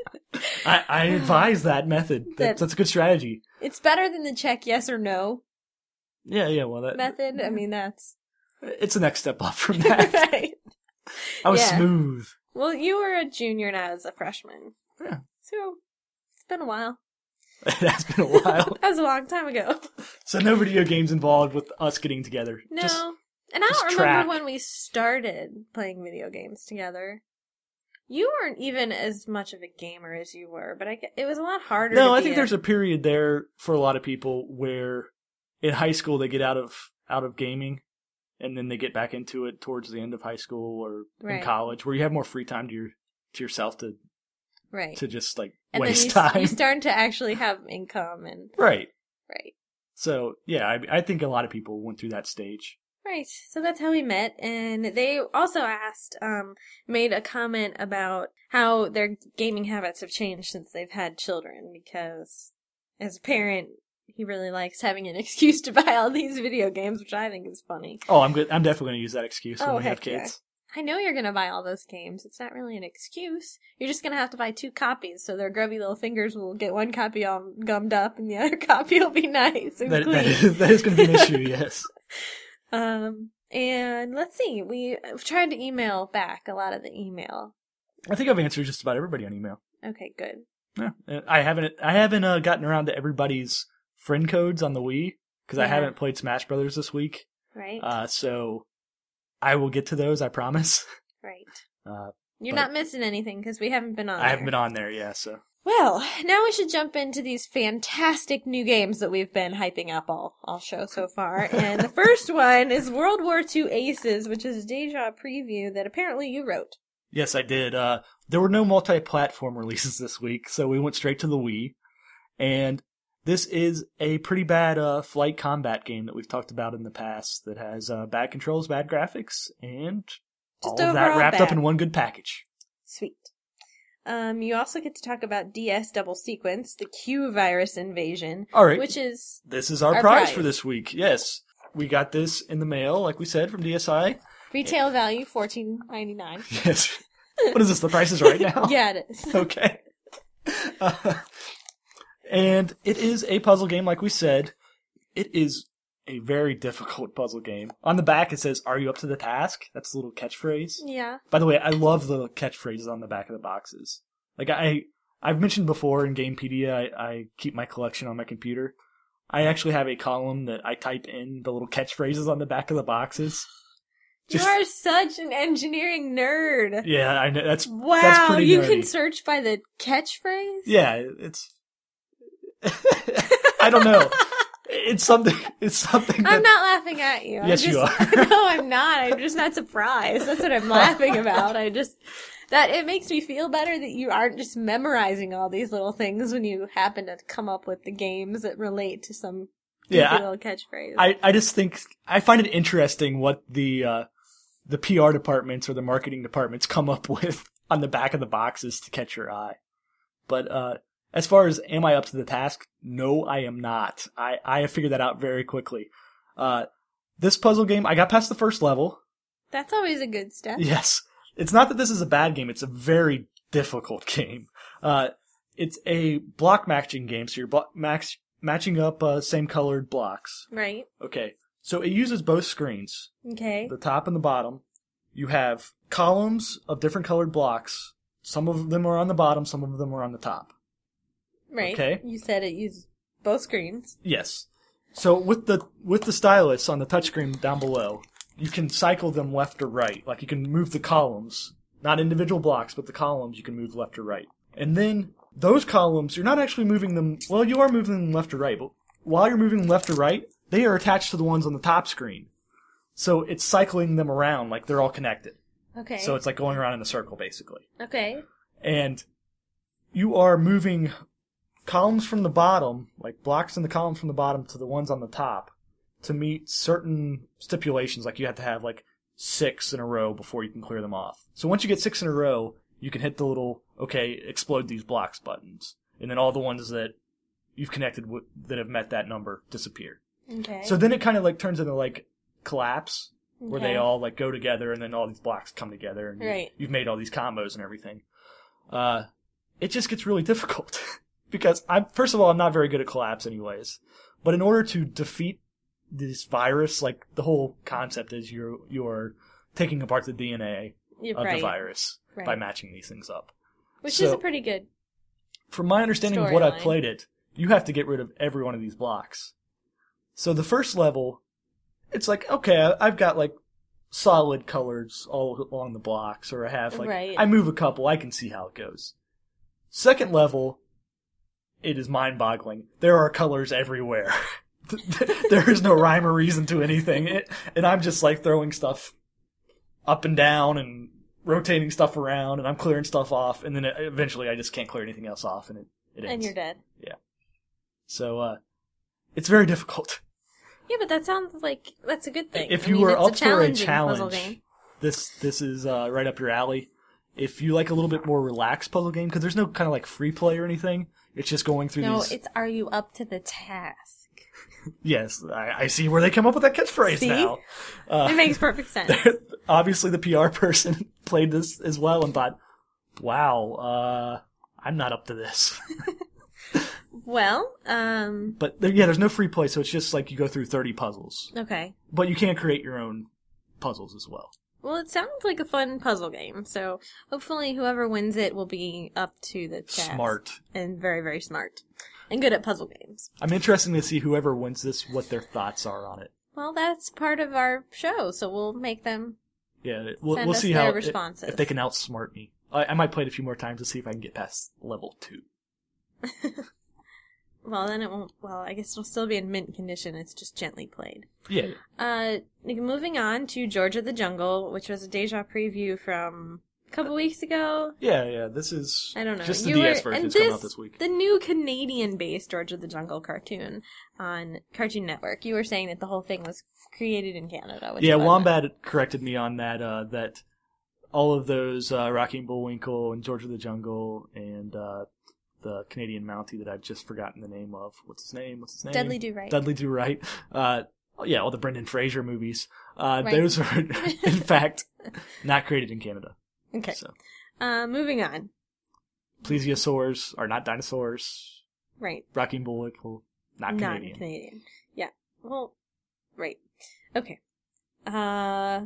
Speaker 4: I, I advise that method. That's,
Speaker 3: That-
Speaker 4: that's a good strategy.
Speaker 3: It's better than the check yes or no
Speaker 4: Yeah, yeah. Well, that
Speaker 3: method. I mean, that's
Speaker 4: it's the next step up from that.
Speaker 3: right.
Speaker 4: I was
Speaker 3: Yeah.
Speaker 4: smooth.
Speaker 3: Well, you were a junior and I was a freshman.
Speaker 4: Yeah.
Speaker 3: So it's been a while.
Speaker 4: That's been a while.
Speaker 3: That was a long time ago.
Speaker 4: so no video games involved with us getting together.
Speaker 3: No.
Speaker 4: Just,
Speaker 3: and I
Speaker 4: just
Speaker 3: don't
Speaker 4: track.
Speaker 3: remember when we started playing video games together. You weren't even as much of a gamer as you were, but I get, it was a lot harder.
Speaker 4: no,
Speaker 3: to
Speaker 4: I
Speaker 3: be
Speaker 4: think
Speaker 3: a-
Speaker 4: there's a period there for a lot of people where in high school they get out of out of gaming and then they get back into it towards the end of high school or
Speaker 3: Right.
Speaker 4: in college where you have more free time to your to yourself to
Speaker 3: right,
Speaker 4: to just like
Speaker 3: and then
Speaker 4: waste
Speaker 3: you,
Speaker 4: time.
Speaker 3: you start to actually have income and
Speaker 4: right.
Speaker 3: right,
Speaker 4: So yeah, I, I think a lot of people went through that stage.
Speaker 3: right. So that's how we met, and they also asked, um, made a comment about how their gaming habits have changed since they've had children because as a parent. He really likes having an excuse to buy all these video games, which I think is funny.
Speaker 4: Oh, I'm good. I'm definitely going to use that excuse
Speaker 3: Oh,
Speaker 4: when we have
Speaker 3: heck yeah.
Speaker 4: kids.
Speaker 3: I know you're gonna buy all those games. It's not really an excuse. You're just gonna have to buy two copies, so their grubby little fingers will get one copy all gummed up, and the other copy will be nice and
Speaker 4: That, that
Speaker 3: clean.
Speaker 4: is, that is going to be an issue. Yes.
Speaker 3: um, and let's see. We tried to email back a lot of the email.
Speaker 4: I think I've answered just about everybody on email.
Speaker 3: Okay, good.
Speaker 4: Yeah, and I haven't I haven't uh, gotten around to everybody's friend codes on the Wii because I
Speaker 3: Yeah.
Speaker 4: haven't played Smash Brothers this week.
Speaker 3: Right.
Speaker 4: Uh, so I will get to those, I promise.
Speaker 3: right.
Speaker 4: Uh,
Speaker 3: You're
Speaker 4: but-
Speaker 3: not missing anything because we haven't been on.
Speaker 4: I haven't
Speaker 3: there.
Speaker 4: been on there, yeah. So
Speaker 3: Well, now we should jump into these fantastic new games that we've been hyping up all, all show so far. And the first one is World War II Aces, which is a deja preview that apparently you wrote.
Speaker 4: yes, I did. Uh, there were no multi-platform releases this week, so we went straight to the Wii. And this is a pretty bad uh, flight combat game that we've talked about in the past that has uh, bad controls, bad graphics, and all of that
Speaker 3: overall
Speaker 4: wrapped up
Speaker 3: bad.
Speaker 4: in one good package.
Speaker 3: Sweet. Um, you also get to talk about DS Double Sequence, the Q virus invasion,
Speaker 4: All right,
Speaker 3: which is
Speaker 4: this is our,
Speaker 3: Our
Speaker 4: prize,
Speaker 3: prize.
Speaker 4: for this week. Yes, we got this in the mail, like we said from DSI.
Speaker 3: retail value fourteen ninety nine.
Speaker 4: Yes. what is this? The price is right now.
Speaker 3: yeah, it is.
Speaker 4: Okay. Uh, and it is a puzzle game, like we said. It is a very difficult puzzle game. On the back, it says, "Are you up to the task?" That's a little catchphrase.
Speaker 3: Yeah.
Speaker 4: By the way, I love the catchphrases on the back of the boxes. Like I, I've mentioned before in Gamepedia, I, I keep my collection on my computer. I actually have a column that I type in the little catchphrases on the back of the boxes. Just-
Speaker 3: You are such an engineering nerd.
Speaker 4: Yeah, I know that's
Speaker 3: Wow,
Speaker 4: pretty
Speaker 3: you
Speaker 4: nerdy.
Speaker 3: can search by the catchphrase?
Speaker 4: yeah, it's. I don't know. It's something. It's something.
Speaker 3: I'm
Speaker 4: That,
Speaker 3: not laughing at you.
Speaker 4: Yes,
Speaker 3: I'm
Speaker 4: you
Speaker 3: just,
Speaker 4: are.
Speaker 3: no, I'm not. I'm just not surprised. That's what I'm laughing about. I just that it makes me feel better that you aren't just memorizing all these little things when you happen to come up with the games that relate to some goofy
Speaker 4: Yeah, I-
Speaker 3: little catchphrase.
Speaker 4: I I just think I find it interesting what the uh, the PR departments or the marketing departments come up with on the back of the boxes to catch your eye. But uh, as far as am I up to the task? No, I am not. I I have figured that out very quickly. Uh, this puzzle game, I got past the first level.
Speaker 3: That's always a good step.
Speaker 4: Yes. It's not that this is a bad game, it's a very difficult game. Uh, it's a block matching game, so you're blo- max- matching up uh, same colored blocks.
Speaker 3: Right.
Speaker 4: Okay. So it uses both screens,
Speaker 3: Okay.
Speaker 4: the top and the bottom. You have columns of different colored blocks. Some of them are on the bottom, some of them are on the top.
Speaker 3: Right.
Speaker 4: okay.
Speaker 3: You said it used both screens.
Speaker 4: Yes. So with the with the stylus on the touchscreen down below, you can cycle them left or right. Like you can move the columns, not individual blocks, but the columns you can move left or right. And then those columns, you're not actually moving them. Well, you are moving them left or right, but while you're moving them left or right, they are attached to the ones on the top screen. So it's cycling them around like they're all connected.
Speaker 3: Okay.
Speaker 4: So it's like going around in a circle basically
Speaker 3: okay.
Speaker 4: and you are moving columns from the bottom, like blocks in the columns from the bottom to the ones on the top, to meet certain stipulations. Like you have to have like six in a row before you can clear them off. So once you get six in a row, you can hit the little okay, explode these blocks buttons, and then all the ones that you've connected with, that have met that number disappear.
Speaker 3: Okay.
Speaker 4: So then it kind of like turns into like collapse where
Speaker 3: Okay.
Speaker 4: they all like go together and then all these blocks come together and you've,
Speaker 3: Right.
Speaker 4: you've made all these combos and everything. Uh, it just gets really difficult because I'm first of all I'm not very good at collapse anyways, but in order to defeat this virus, like the whole concept is you're you're taking apart the DNA
Speaker 3: You're
Speaker 4: of
Speaker 3: right.
Speaker 4: the virus by
Speaker 3: Right.
Speaker 4: matching these things up.
Speaker 3: Which
Speaker 4: So-
Speaker 3: is a pretty good.
Speaker 4: From my understanding of what I've
Speaker 3: Storyline.
Speaker 4: played it, you have to get rid of every one of these blocks. So the first level, it's like, okay, I- I've got like solid colors all along the blocks, or I have like,
Speaker 3: Right.
Speaker 4: I move a couple, I can see how it goes. Second level, it is mind boggling. There are colors everywhere. there is no rhyme or reason to anything. It, and I'm just like throwing stuff up and down and rotating stuff around and I'm clearing stuff off. And then it, eventually I just can't clear anything else off and it, it ends.
Speaker 3: And you're dead.
Speaker 4: So, uh, it's very difficult.
Speaker 3: Yeah, but that sounds like that's a good thing.
Speaker 4: If
Speaker 3: I
Speaker 4: you
Speaker 3: mean,
Speaker 4: were
Speaker 3: it's
Speaker 4: up for a
Speaker 3: challenging puzzle
Speaker 4: challenge,
Speaker 3: game.
Speaker 4: this this is uh, right up your alley. If you like a little bit more relaxed puzzle game, because there's no kind of like free play or anything, it's just going through
Speaker 3: No,
Speaker 4: these.
Speaker 3: it's are you up to the task?
Speaker 4: Yes, I, I see where they come up with that catchphrase
Speaker 3: See?
Speaker 4: now.
Speaker 3: it makes perfect sense.
Speaker 4: Obviously, the PR person played this as well and thought, "Wow, uh, I'm not up to this."
Speaker 3: well, um,
Speaker 4: but there, yeah, there's no free play, so it's just like you go through 30 puzzles,
Speaker 3: okay,
Speaker 4: but you can create your own puzzles as well.
Speaker 3: Well, it sounds like a fun puzzle game, so hopefully whoever wins it will be up to the task.
Speaker 4: Smart.
Speaker 3: And very, very smart. And good at puzzle games.
Speaker 4: I'm interested to see whoever wins this, what their thoughts are on it.
Speaker 3: Well, that's part of our show, so we'll make them.
Speaker 4: Yeah, it- we'll,
Speaker 3: Send
Speaker 4: we'll
Speaker 3: us
Speaker 4: see
Speaker 3: their
Speaker 4: how
Speaker 3: responses.
Speaker 4: if they can outsmart me. I, I might play it a few more times to see if I can get past level two.
Speaker 3: Well, then it won't. Well, I guess it'll still be in mint condition. It's just gently played.
Speaker 4: Yeah,
Speaker 3: Uh, moving on to Georgia the Jungle, which was a deja preview from a couple weeks ago.
Speaker 4: yeah, yeah. This is
Speaker 3: I don't know.
Speaker 4: Just the
Speaker 3: You
Speaker 4: DS
Speaker 3: were-
Speaker 4: version
Speaker 3: and
Speaker 4: is coming out this week.
Speaker 3: The new Canadian-based Georgia the Jungle cartoon on Cartoon Network. You were saying that the whole thing was created in Canada. Which
Speaker 4: yeah,
Speaker 3: it wasn't.
Speaker 4: Wombat corrected me on that. Uh, that all of those uh, Rocky and Bullwinkle and George of the Jungle and uh, the Canadian Mountie that I've just forgotten the name of. What's his name? What's his name?
Speaker 3: Dudley Do Right.
Speaker 4: Dudley Do Right. Uh, oh, yeah, all the Brendan Fraser movies. Uh,
Speaker 3: Right.
Speaker 4: Those are, in fact, not created in Canada.
Speaker 3: Okay.
Speaker 4: So
Speaker 3: Uh, moving on.
Speaker 4: plesiosaurs are not dinosaurs.
Speaker 3: Right.
Speaker 4: Rocky and Bullwinkle, not
Speaker 3: Not
Speaker 4: Canadian.
Speaker 3: Canadian. Yeah. Well, right. Okay. Uh,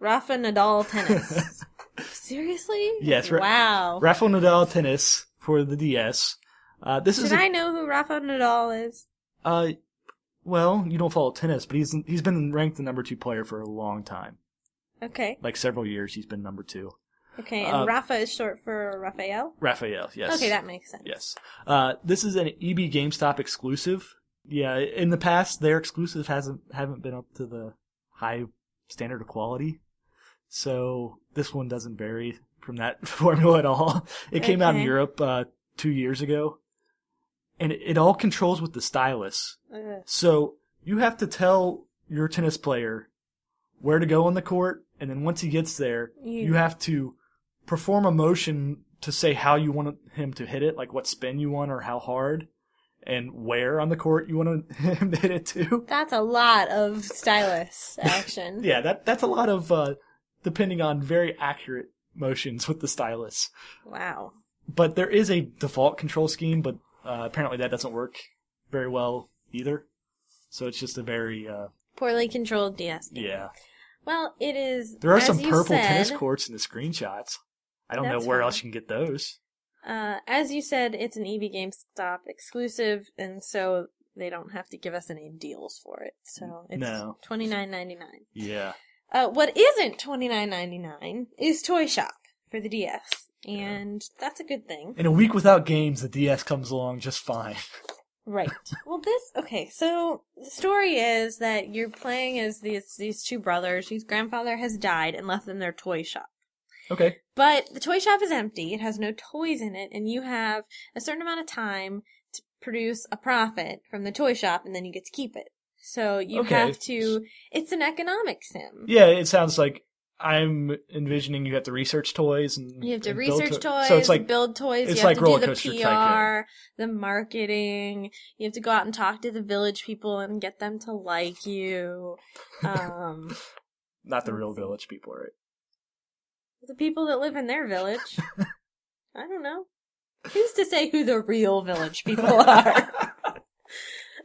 Speaker 3: Rafa Nadal tennis. Seriously?
Speaker 4: Yes, Ra-
Speaker 3: Wow.
Speaker 4: Rafael Nadal tennis for the DS. Uh, this is
Speaker 3: Should
Speaker 4: a-
Speaker 3: I know who Rafa Nadal is?
Speaker 4: Uh, well, you don't follow tennis, but he's he's been ranked the number two player for a long time,
Speaker 3: Okay.
Speaker 4: like several years. He's been number two.
Speaker 3: Okay. And
Speaker 4: Uh,
Speaker 3: Rafa is short for Raphael.
Speaker 4: Raphael, yes.
Speaker 3: Okay, that makes sense.
Speaker 4: Yes. Uh, this is an EB GameStop exclusive. Yeah, in the past, their exclusive hasn't haven't been up to the high standard of quality, so this one doesn't vary from that formula at all. It came out in
Speaker 3: Okay.
Speaker 4: Europe uh, two years ago, and it, it all controls with the stylus.
Speaker 3: Ugh.
Speaker 4: So you have to tell your tennis player where to go on the court, and then once he gets there,
Speaker 3: You-
Speaker 4: you have to perform a motion to say how you want him to hit it, like what spin you want or how hard, and where on the court you want him to hit it to.
Speaker 3: That's a lot of stylus action.
Speaker 4: Yeah, that that's a lot of uh, depending on very accurate motions with the stylus.
Speaker 3: Wow.
Speaker 4: But there is a default control scheme, but uh, apparently that doesn't work very well either. So it's just a very uh,
Speaker 3: Poorly controlled DS. game.
Speaker 4: yeah.
Speaker 3: Well, it is.
Speaker 4: There are
Speaker 3: as
Speaker 4: some
Speaker 3: you
Speaker 4: purple
Speaker 3: said,
Speaker 4: tennis courts in the screenshots. I don't know
Speaker 3: That's
Speaker 4: where
Speaker 3: fine.
Speaker 4: else you can get those.
Speaker 3: Uh, as you said, it's an EB GameStop exclusive, and so they don't have to give us any deals for it. So it's
Speaker 4: No.
Speaker 3: twenty nine ninety nine.
Speaker 4: Yeah.
Speaker 3: Uh, what isn't twenty nine ninety nine is Toy Shop for the DS, and that's a good thing.
Speaker 4: In a week without games, the DS comes along just fine.
Speaker 3: Right. well, this okay. So the story is that you're playing as these these two brothers whose grandfather has died and left them their toy shop.
Speaker 4: Okay.
Speaker 3: But the toy shop is empty; it has no toys in it, and you have a certain amount of time to produce a profit from the toy shop, and then you get to keep it. So you
Speaker 4: Okay.
Speaker 3: have to. It's an economic sim.
Speaker 4: Yeah, it sounds like I'm envisioning you have to research toys and
Speaker 3: You have to
Speaker 4: and build
Speaker 3: research
Speaker 4: to-
Speaker 3: toys,
Speaker 4: So it's like
Speaker 3: build toys. you
Speaker 4: it's
Speaker 3: have
Speaker 4: like
Speaker 3: to
Speaker 4: Roller
Speaker 3: do the
Speaker 4: Coaster
Speaker 3: PR,
Speaker 4: Tycoon.
Speaker 3: the marketing. You have to go out and talk to the village people and get them to like you. Um,
Speaker 4: not the real village people, right?
Speaker 3: the people that live in their village. I don't know. Who's to say who the real village people are?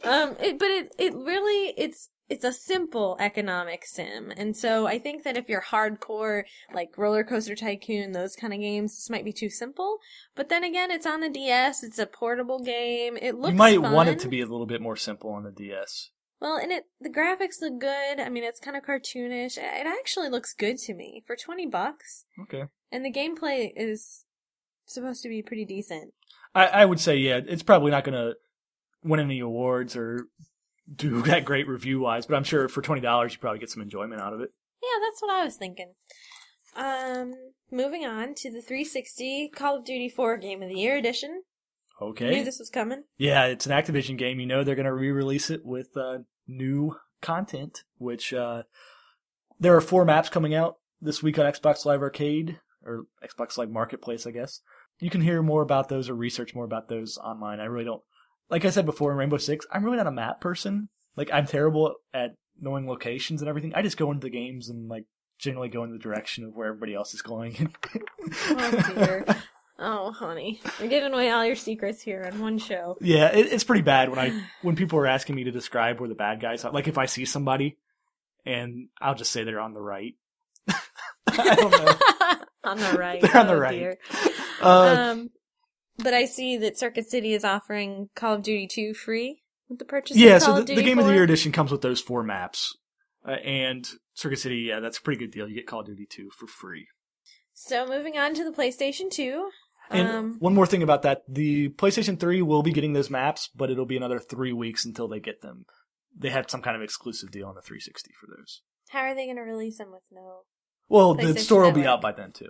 Speaker 3: um, it, but it it really it's it's a simple economic sim, and so I think that if you're hardcore like Roller Coaster Tycoon, those kind of games, this might be too simple. But then again, it's on the DS. It's a portable game. It looks
Speaker 4: You might
Speaker 3: fun.
Speaker 4: want it to be a little bit more simple on the DS.
Speaker 3: well, and it the graphics look good. I mean, it's kind of cartoonish. It actually looks good to me for twenty bucks.
Speaker 4: Okay.
Speaker 3: And the gameplay is supposed to be pretty decent.
Speaker 4: I, I would say yeah, it's probably not going to win any awards or do that great review wise, but I'm sure for twenty dollars you probably get some enjoyment out of it.
Speaker 3: Yeah, that's what I was thinking. Um, moving on to the 360 Call of Duty 4 Game of the Year edition.
Speaker 4: Okay.
Speaker 3: Knew this was coming.
Speaker 4: Yeah, it's an Activision game. You know they're going to re-release it with uh, new content. Which uh, there are four maps coming out this week on Xbox Live Arcade or Xbox Live Marketplace, I guess. You can hear more about those or research more about those online. I really don't, like I said before in Rainbow Six, I'm really not a map person. Like I'm terrible at knowing locations and everything. I just go into the games and like generally go in the direction of where everybody else is going.
Speaker 3: Oh dear. oh honey, you're giving away all your secrets here on one show.
Speaker 4: Yeah, it, it's pretty bad when I when people are asking me to describe where the bad guys are. Like if I see somebody, and I'll just say they're on the right. I don't know.
Speaker 3: on the right.
Speaker 4: They're on the
Speaker 3: Oh,
Speaker 4: right.
Speaker 3: dear.
Speaker 4: Uh,
Speaker 3: Um, but I see that Circuit City is offering Call of Duty 2 free with the purchase.
Speaker 4: yeah,
Speaker 3: of Call
Speaker 4: so
Speaker 3: of
Speaker 4: the,
Speaker 3: Duty
Speaker 4: the Game of the
Speaker 3: 4.
Speaker 4: Year edition comes with those four maps. Uh, and Circuit City, yeah, that's a pretty good deal. You get Call of Duty 2 for free.
Speaker 3: So moving on to the PlayStation 2.
Speaker 4: And
Speaker 3: um,
Speaker 4: one more thing about that the PlayStation 3 will be getting those maps, but it'll be another three weeks until they get them. They had some kind of exclusive deal on the 360 for those.
Speaker 3: how are they going to release them with no?
Speaker 4: Well, the
Speaker 3: PlayStation
Speaker 4: store will be
Speaker 3: Network.
Speaker 4: out by then, too.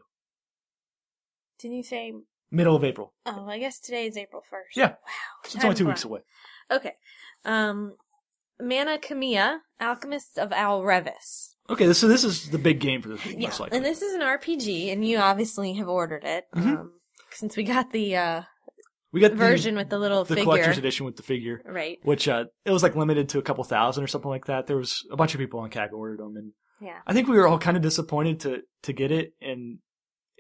Speaker 3: Didn't you say?
Speaker 4: Middle of April.
Speaker 3: Oh, I guess today is April 1st.
Speaker 4: Yeah.
Speaker 3: Wow.
Speaker 4: So it's only
Speaker 3: time
Speaker 4: two
Speaker 3: flies.
Speaker 4: weeks away.
Speaker 3: Okay. Um, Mana Kamiya, Alchemists of Alrevis.
Speaker 4: Okay, this, so this is the big game for this week,
Speaker 3: Yeah,
Speaker 4: most likely.
Speaker 3: and this is an RPG, and you obviously have ordered it
Speaker 4: Mhm.
Speaker 3: um, since we got the uh,
Speaker 4: we got the-
Speaker 3: version with the little
Speaker 4: the
Speaker 3: figure,
Speaker 4: collector's edition with the figure.
Speaker 3: right?
Speaker 4: which uh, it was like limited to a couple thousand or something like that. There was a bunch of people on CAG ordered them, and
Speaker 3: Yeah.
Speaker 4: I think we were all kind of disappointed to to get it, and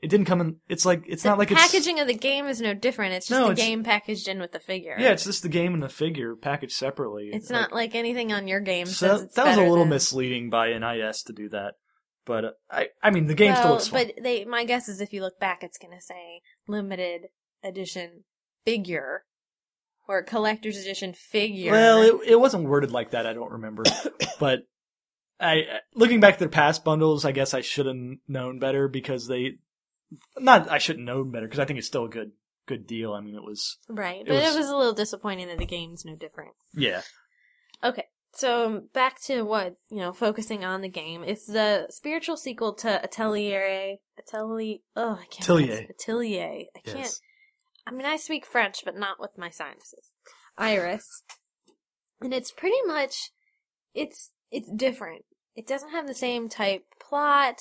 Speaker 4: it didn't come in. It's like it's not like it's
Speaker 3: packaging of the game is no different. It's just
Speaker 4: No,
Speaker 3: the
Speaker 4: it's-
Speaker 3: game packaged in with the figure.
Speaker 4: yeah, it's just the game and the figure packaged separately.
Speaker 3: It's not like anything on your game.
Speaker 4: so
Speaker 3: says
Speaker 4: that,
Speaker 3: it's
Speaker 4: that was a
Speaker 3: better
Speaker 4: little
Speaker 3: than-
Speaker 4: misleading by NIS to do that, but uh, I I mean the game still
Speaker 3: Well,
Speaker 4: looks fun.
Speaker 3: But they, my guess is, if you look back, it's going to say limited edition figure or collector's edition figure.
Speaker 4: Well, it, it wasn't worded like that. I don't remember, but I looking back at their past bundles, I guess I should have known better because they not I shouldn't know better because I think it's still a good good deal. I mean, it was
Speaker 3: right,
Speaker 4: it
Speaker 3: but it was,
Speaker 4: was-
Speaker 3: a little disappointing that the game's no different.
Speaker 4: yeah.
Speaker 3: Okay, so um, back to what you know, focusing on the game. It's the spiritual sequel to Atelier. Atelier. Oh, I can't.
Speaker 4: Atelier.
Speaker 3: pronounce- Atelier. I can't.
Speaker 4: Yes.
Speaker 3: I mean, I speak French, but not with my sinuses. Iris. And it's pretty much, it's, it's different. It doesn't have the same type plot.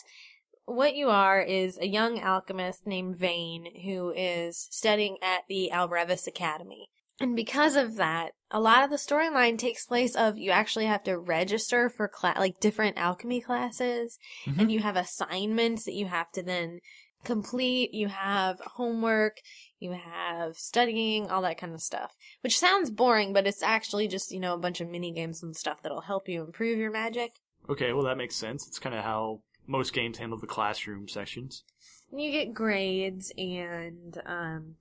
Speaker 3: What you are is a young alchemist named Vane who is studying at the Alrevis Academy. And because of that, a lot of the storyline takes place of you actually have to register for cla- like different alchemy classes
Speaker 4: Mhm.
Speaker 3: and you have assignments that you have to then complete, you have homework, you have studying, all that kind of stuff. Which sounds boring, but it's actually just, you know, a bunch of mini games and stuff that'll help you improve your magic.
Speaker 4: Okay, well that makes sense. It's kind of how most games handle the classroom sessions.
Speaker 3: And You get grades and um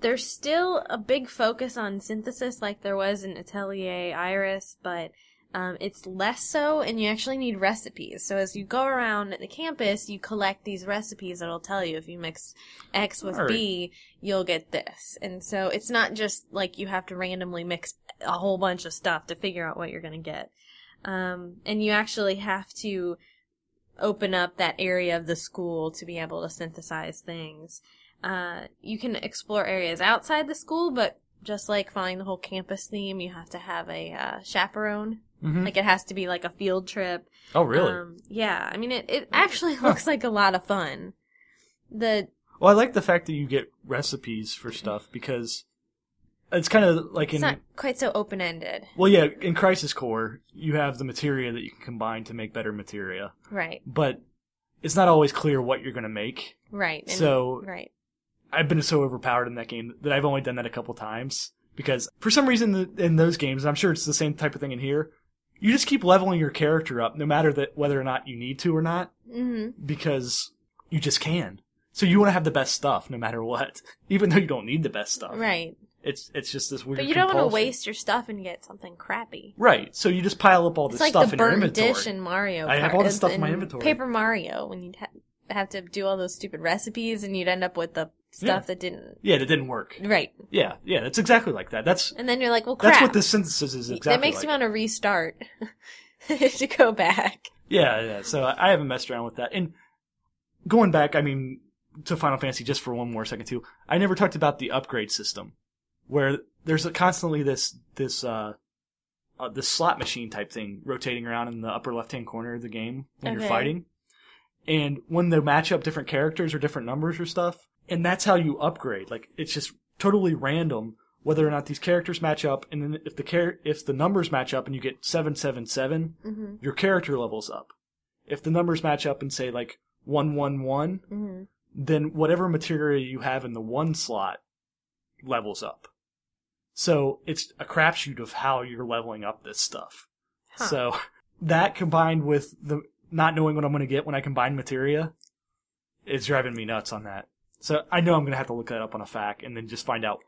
Speaker 3: there's still a big focus on synthesis like there was in Atelier Iris, but um, it's less so, and you actually need recipes. So as you go around the campus, you collect these recipes that'll tell you if you mix X with
Speaker 4: Alright.
Speaker 3: B, you'll get this. And so it's not just like you have to randomly mix a whole bunch of stuff to figure out what you're going to get. Um, and you actually have to open up that area of the school to be able to synthesize things. Uh, you can explore areas outside the school, but just like following the whole campus theme, you have to have a uh, chaperone
Speaker 4: Mm-hmm.
Speaker 3: like it has to be like a field trip.
Speaker 4: oh
Speaker 3: Um, yeah. I mean, it, it actually looks like a lot of fun. The
Speaker 4: well, I like the fact that you get recipes for stuff because it's kind of like
Speaker 3: it's
Speaker 4: in
Speaker 3: not quite so open ended,
Speaker 4: well, yeah, in Crisis Core, you have the materia that you can combine to make better materia.
Speaker 3: right?
Speaker 4: but it's not always clear what you're going to make.
Speaker 3: Right. and-
Speaker 4: So-
Speaker 3: right.
Speaker 4: I've been so overpowered in that game that I've only done that a couple times because for some reason th- in those games, I'm sure it's the same type of thing in here. You just keep leveling your character up, no matter that whether or not you need to or not,
Speaker 3: hmm
Speaker 4: because you just can. So you want to have the best stuff, no matter what, even though you don't need the best stuff.
Speaker 3: Right.
Speaker 4: It's it's just this weird.
Speaker 3: But you don't want to
Speaker 4: compulsion.
Speaker 3: waste your stuff and get something crappy.
Speaker 4: Right. So you just pile up all
Speaker 3: It's
Speaker 4: this
Speaker 3: like
Speaker 4: stuff
Speaker 3: the
Speaker 4: in your
Speaker 3: burnt
Speaker 4: inventory.
Speaker 3: dish in Mario.
Speaker 4: I have
Speaker 3: Kart-
Speaker 4: all this stuff in my
Speaker 3: in
Speaker 4: inventory.
Speaker 3: Paper Mario, when you'd ha- have to do all those stupid recipes and you'd end up with the stuff
Speaker 4: Yeah.
Speaker 3: that didn't.
Speaker 4: yeah, that didn't work.
Speaker 3: Right.
Speaker 4: Yeah, yeah, that's exactly like that. That's
Speaker 3: And then you're like, well, crap.
Speaker 4: that's what this synthesis is exactly.
Speaker 3: that makes
Speaker 4: like.
Speaker 3: you want to restart to go back.
Speaker 4: Yeah, yeah. So I I haven't messed around with that. And going back, I mean, to Final Fantasy just for one more second too. I never talked about the upgrade system, where there's a, constantly this this uh, uh this slot machine type thing rotating around in the upper left hand corner of the game when
Speaker 3: Okay.
Speaker 4: you're fighting. And when they match up different characters or different numbers or stuff, and that's how you upgrade. Like it's just totally random whether or not these characters match up, and then if the char- if the numbers match up and you get seven seven seven,
Speaker 3: Mm-hmm.
Speaker 4: your character levels up. If the numbers match up and say like 111,
Speaker 3: Mm-hmm.
Speaker 4: then whatever material you have in the one slot levels up. So it's a crapshoot of how you're leveling up this stuff. So that combined with the not knowing what I'm going to get when I combine materia It's driving me nuts on that. So I know I'm gonna have to look that up on a fact and then just find out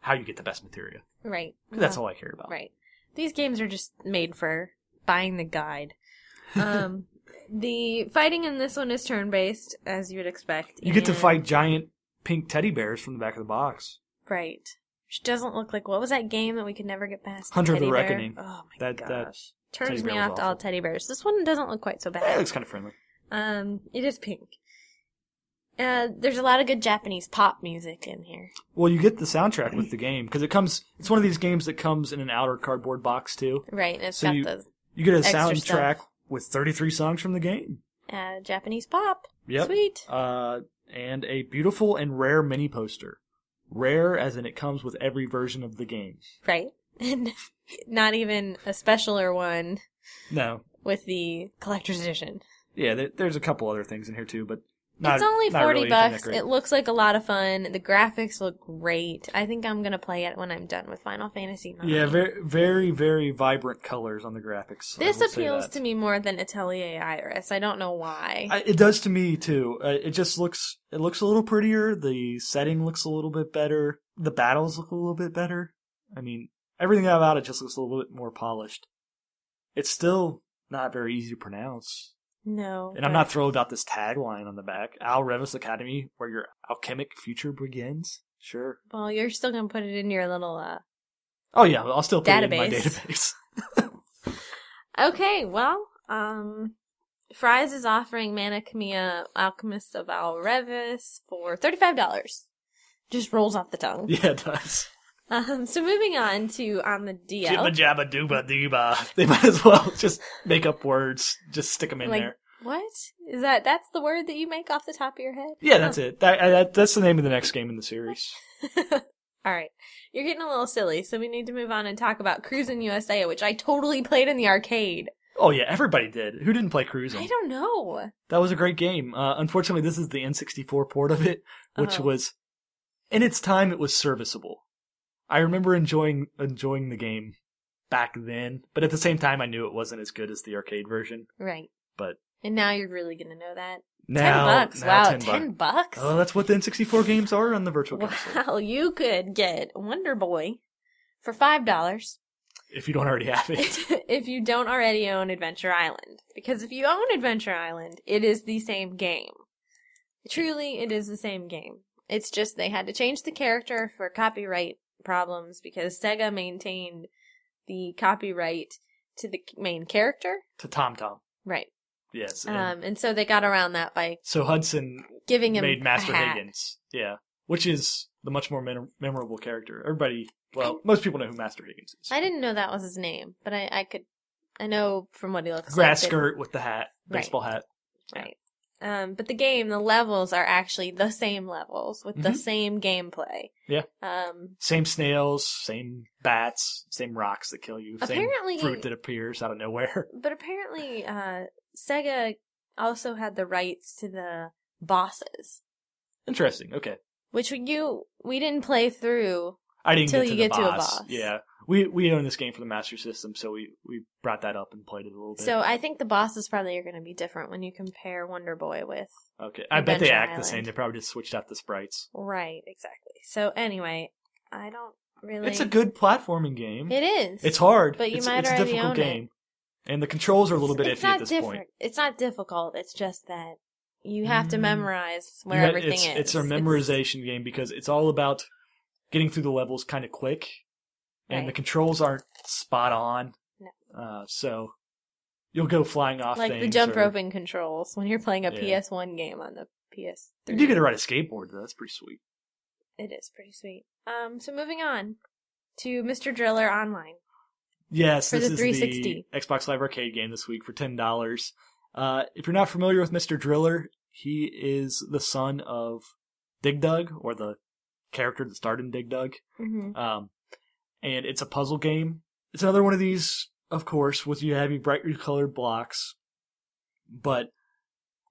Speaker 4: how you get the best materia.
Speaker 3: Right.
Speaker 4: 'Cause That's
Speaker 3: Uh,
Speaker 4: all I care about.
Speaker 3: Right. These games are just made for buying the guide. Um, the fighting in this one is turn based, as you would expect.
Speaker 4: You get to
Speaker 3: and-
Speaker 4: fight giant pink teddy bears from the back of the box.
Speaker 3: Right. Which doesn't look like what was that game that we could never get past?
Speaker 4: Hunter the
Speaker 3: teddy bear?
Speaker 4: Reckoning.
Speaker 3: Oh my
Speaker 4: That-
Speaker 3: gosh.
Speaker 4: that
Speaker 3: Turns
Speaker 4: teddy
Speaker 3: me
Speaker 4: bear was
Speaker 3: off to all
Speaker 4: awful.
Speaker 3: teddy bears. This one doesn't look quite so
Speaker 4: It
Speaker 3: bad.
Speaker 4: looks kind of friendly.
Speaker 3: Um, it is pink. Uh, there's a lot of good Japanese pop music in here.
Speaker 4: Well, you get the soundtrack with the game because it comes. It's one of these games that comes in an outer cardboard box too.
Speaker 3: Right, and it's
Speaker 4: So
Speaker 3: got
Speaker 4: you-
Speaker 3: the
Speaker 4: You get a
Speaker 3: Extra
Speaker 4: soundtrack with 33 songs from the game.
Speaker 3: uh, Japanese pop.
Speaker 4: Yep.
Speaker 3: Sweet.
Speaker 4: Uh, and a beautiful and rare mini poster. Rare as in it comes with every version of the game.
Speaker 3: Right. And not even a specialer one
Speaker 4: No.
Speaker 3: with the collector's edition.
Speaker 4: Yeah, there, there's a couple other things in here too, but not,
Speaker 3: it's only
Speaker 4: not
Speaker 3: 40
Speaker 4: really anything that
Speaker 3: bucks.
Speaker 4: great.
Speaker 3: It looks like a lot of fun. The graphics look great. I think I'm going to play it when I'm done with Final Fantasy 9.
Speaker 4: yeah, very, very, very vibrant colors on the graphics. I
Speaker 3: this
Speaker 4: will say
Speaker 3: appeals
Speaker 4: that.
Speaker 3: to me more than Atelier Iris. I don't know why.
Speaker 4: I, it does to me too. Uh, it just looks it looks a little prettier. The setting looks a little bit better. The battles look a little bit better. I mean, everything about it just looks a little bit more polished. It's still not very easy to pronounce,
Speaker 3: no.
Speaker 4: and I'm
Speaker 3: but-
Speaker 4: not thrilled about this tagline on the back: "Al Revis Academy, where your alchemic future begins." Sure.
Speaker 3: Well, you're still going to put it in your little uh
Speaker 4: Oh yeah, I'll still put it in my
Speaker 3: Database.
Speaker 4: database.
Speaker 3: Okay, well, um, Fry's is offering Manakamiya Alchemist of Alrevis for $35. Just rolls off the tongue.
Speaker 4: yeah, it does.
Speaker 3: Um, so moving on to on the DL.
Speaker 4: Jibba jabba dooba dooba. They might as well just make up words, just stick them in
Speaker 3: Like-
Speaker 4: there.
Speaker 3: What is that? That's the word that you make off the top of your head?
Speaker 4: Yeah, that's it. That, I- that that's the name of the next game in the series.
Speaker 3: All right, you're getting a little silly, so we need to move on and talk about Cruisin' USA, which I totally played in the arcade.
Speaker 4: Oh yeah, everybody did. Who didn't play
Speaker 3: I
Speaker 4: Cruising?
Speaker 3: don't know.
Speaker 4: That was a great game. Uh, unfortunately, this is the N64 port of it, which
Speaker 3: Oh.
Speaker 4: was in its time it was serviceable. I remember enjoying enjoying the game back then, but at the same time, I knew it wasn't as good as the arcade version.
Speaker 3: Right.
Speaker 4: But-
Speaker 3: and now you're really gonna know that.
Speaker 4: Now,
Speaker 3: ten bucks.
Speaker 4: now
Speaker 3: wow,
Speaker 4: ten, bucks.
Speaker 3: bucks.
Speaker 4: Oh, that's what the N64 games are on the virtual console.
Speaker 3: Wow, you could get Wonder Boy for five dollars
Speaker 4: If you don't already have it,
Speaker 3: if you don't already own Adventure Island. Because if you own Adventure Island, it is the same game. Truly, it is the same game. It's just they had to change the character for copyright problems because Sega maintained the copyright to the main character.
Speaker 4: to Tom Tom.
Speaker 3: Right.
Speaker 4: Yes. and
Speaker 3: Um, and so they got around that by
Speaker 4: so Hudson
Speaker 3: giving him
Speaker 4: made Master
Speaker 3: a hat.
Speaker 4: Higgins. Yeah, which is the much more mem- memorable character. Everybody, well, most people know who Master Higgins is.
Speaker 3: I didn't know that was his name, but I, I could, I know from what he looks like.
Speaker 4: Grass
Speaker 3: that-
Speaker 4: skirt with the hat,
Speaker 3: Right.
Speaker 4: baseball hat.
Speaker 3: Right. Um, but the game, the levels are actually the same levels with the
Speaker 4: Mhm.
Speaker 3: same gameplay.
Speaker 4: Yeah.
Speaker 3: Um,
Speaker 4: Same snails, same bats, same rocks that kill you,
Speaker 3: Apparently-
Speaker 4: same fruit that appears out of nowhere.
Speaker 3: but apparently, uh, Sega also had the rights to the bosses,
Speaker 4: Interesting. Okay,
Speaker 3: which we, you, we didn't play through.
Speaker 4: I didn't
Speaker 3: Till
Speaker 4: get to
Speaker 3: you
Speaker 4: the
Speaker 3: get to a
Speaker 4: boss.
Speaker 3: boss.
Speaker 4: Yeah, we we own this game for the Master System, so we we brought that up and played it a little bit.
Speaker 3: So I think the bosses probably are going to be different when you compare Wonder Boy with.
Speaker 4: okay, I bet they
Speaker 3: Adventure
Speaker 4: act the
Speaker 3: Island.
Speaker 4: same. They probably just switched out the sprites.
Speaker 3: Right, exactly. So anyway, I don't really.
Speaker 4: It's a good platforming game.
Speaker 3: It is.
Speaker 4: It's hard,
Speaker 3: But you
Speaker 4: it's,
Speaker 3: might
Speaker 4: it's
Speaker 3: already
Speaker 4: a difficult
Speaker 3: own it.
Speaker 4: game, and the controls are a little bit iffy at this
Speaker 3: different.
Speaker 4: point.
Speaker 3: It's not difficult. It's just that you have to
Speaker 4: Mm.
Speaker 3: memorize
Speaker 4: You
Speaker 3: where
Speaker 4: ha-
Speaker 3: everything
Speaker 4: it's,
Speaker 3: is.
Speaker 4: It's a memorization game because it's all about getting through the levels kind of quick, and the
Speaker 3: Right.
Speaker 4: controls aren't spot on.
Speaker 3: No.
Speaker 4: Uh, so you'll go flying off
Speaker 3: like the
Speaker 4: things
Speaker 3: jump
Speaker 4: or-
Speaker 3: roping controls when you're playing a
Speaker 4: Yeah.
Speaker 3: PS1 game on the
Speaker 4: You
Speaker 3: PS3.
Speaker 4: do get to ride a skateboard though. That's pretty sweet.
Speaker 3: It is pretty sweet. Um, so moving on to Mr. Driller Online.
Speaker 4: Yes,
Speaker 3: For
Speaker 4: this
Speaker 3: the
Speaker 4: is
Speaker 3: 360.
Speaker 4: the Xbox Live Arcade game this week for ten dollars. Uh, if you're not familiar with Mr. Driller, he is the son of Dig Dug, or the character that starred in Dig Dug.
Speaker 3: Mm-hmm.
Speaker 4: Um, and it's a puzzle game. It's another one of these, of course, with you having brightly colored blocks, but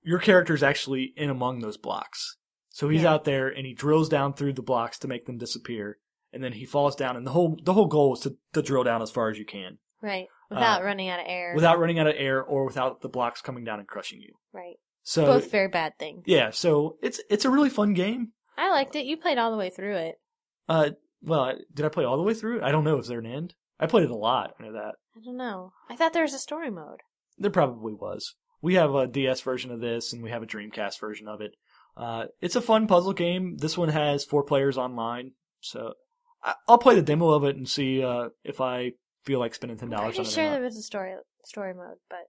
Speaker 4: your character is actually in among those blocks. So he's
Speaker 3: Yeah.
Speaker 4: out there and he drills down through the blocks to make them disappear, and then he falls down. And the whole the whole goal is to, to drill down as far as you can
Speaker 3: Right. Without
Speaker 4: Uh,
Speaker 3: running out of air.
Speaker 4: without running out of air or without the blocks coming down and crushing you.
Speaker 3: Right.
Speaker 4: So
Speaker 3: Both very bad things.
Speaker 4: yeah, so it's it's a really fun game.
Speaker 3: I liked it. You played all the way through it.
Speaker 4: Uh, well, I- did I play all the way through? it? I don't know if there an end. I played it a lot. I know that
Speaker 3: I don't know. I thought there was a story mode.
Speaker 4: there probably was. We have a DS version of this, and we have a Dreamcast version of it. Uh, it's a fun puzzle game. This one has four players online, so I- I'll play the demo of it and see uh, if I feel like spending ten
Speaker 3: I'm
Speaker 4: dollars on
Speaker 3: pretty
Speaker 4: it. or
Speaker 3: sure
Speaker 4: not.
Speaker 3: there was a story story mode, but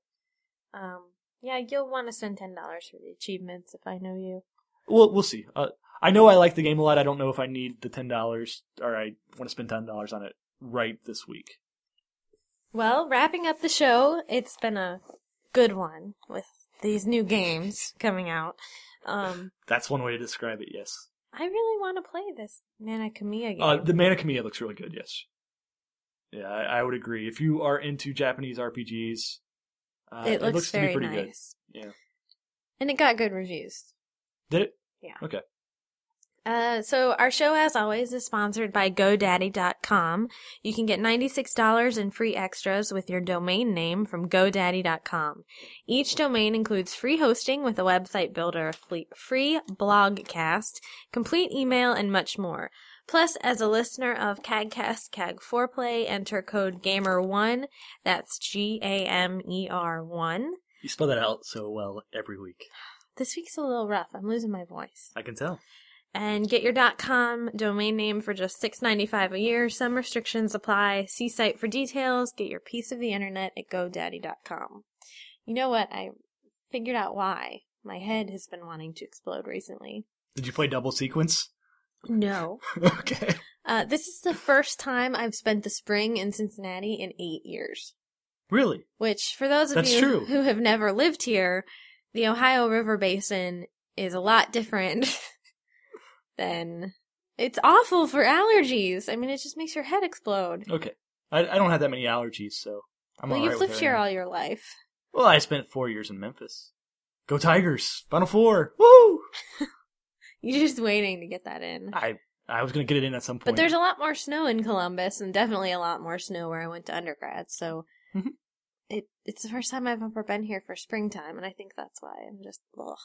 Speaker 3: um, yeah, you'll want to spend ten dollars for the achievements if I know you.
Speaker 4: Well, we'll see. Uh, I know I like the game a lot. I don't know if I need the ten dollars or I want to spend ten dollars on it right this week.
Speaker 3: Well, wrapping up the show, it's been a good one with these new games coming out. Um,
Speaker 4: That's one way to describe it. Yes.
Speaker 3: I really want to play this Manakamiya game.
Speaker 4: Uh, the Manichemia looks really good. Yes. Yeah, I, I would agree. If you are into Japanese RPGs, uh,
Speaker 3: it, looks
Speaker 4: to be
Speaker 3: very
Speaker 4: pretty good.
Speaker 3: nice.
Speaker 4: Yeah.
Speaker 3: And it got good reviews.
Speaker 4: Did it?
Speaker 3: Uh, so our show, as always, is sponsored by GoDaddy.com. You can get $96 in free extras with your domain name from GoDaddy.com. Each domain includes free hosting with a website builder, fle- free blogcast, complete email, and much more. Plus, as a listener of CAGcast CAG4Play, enter code GAMER1. That's E G-A-M-E-R-1.
Speaker 4: You spell that out so well every week.
Speaker 3: This week's a little rough. I'm losing my voice.
Speaker 4: I can tell.
Speaker 3: and get your .com domain name for just $6.95 a year. Some restrictions apply. See site for details. Get your piece of the internet at GoDaddy.com. You know what? I figured out why my head has been wanting to explode recently.
Speaker 4: Did you play Double Sequence?
Speaker 3: No,
Speaker 4: okay.
Speaker 3: uh, this is the first time I've spent the spring in Cincinnati in eight years.
Speaker 4: Really?
Speaker 3: Which, for those of
Speaker 4: That's
Speaker 3: you
Speaker 4: true.
Speaker 3: who have never lived here, the Ohio River Basin is a lot different than. It's awful for allergies. I mean, it just makes your head explode.
Speaker 4: Okay. I, I don't have that many allergies, so I'm
Speaker 3: well,
Speaker 4: all
Speaker 3: you've
Speaker 4: right with
Speaker 3: lived here
Speaker 4: everything.
Speaker 3: all your life.
Speaker 4: Well, I spent four years in Memphis. Go Tigers! Final four! Woo!
Speaker 3: You're just waiting to get that in.
Speaker 4: I I was gonna get it in at some point.
Speaker 3: But there's a lot more snow in Columbus, and definitely a lot more snow where I went to undergrad. So
Speaker 4: Mhm.
Speaker 3: it it's the first time I've ever been here for springtime, and I think that's why I'm just ugh.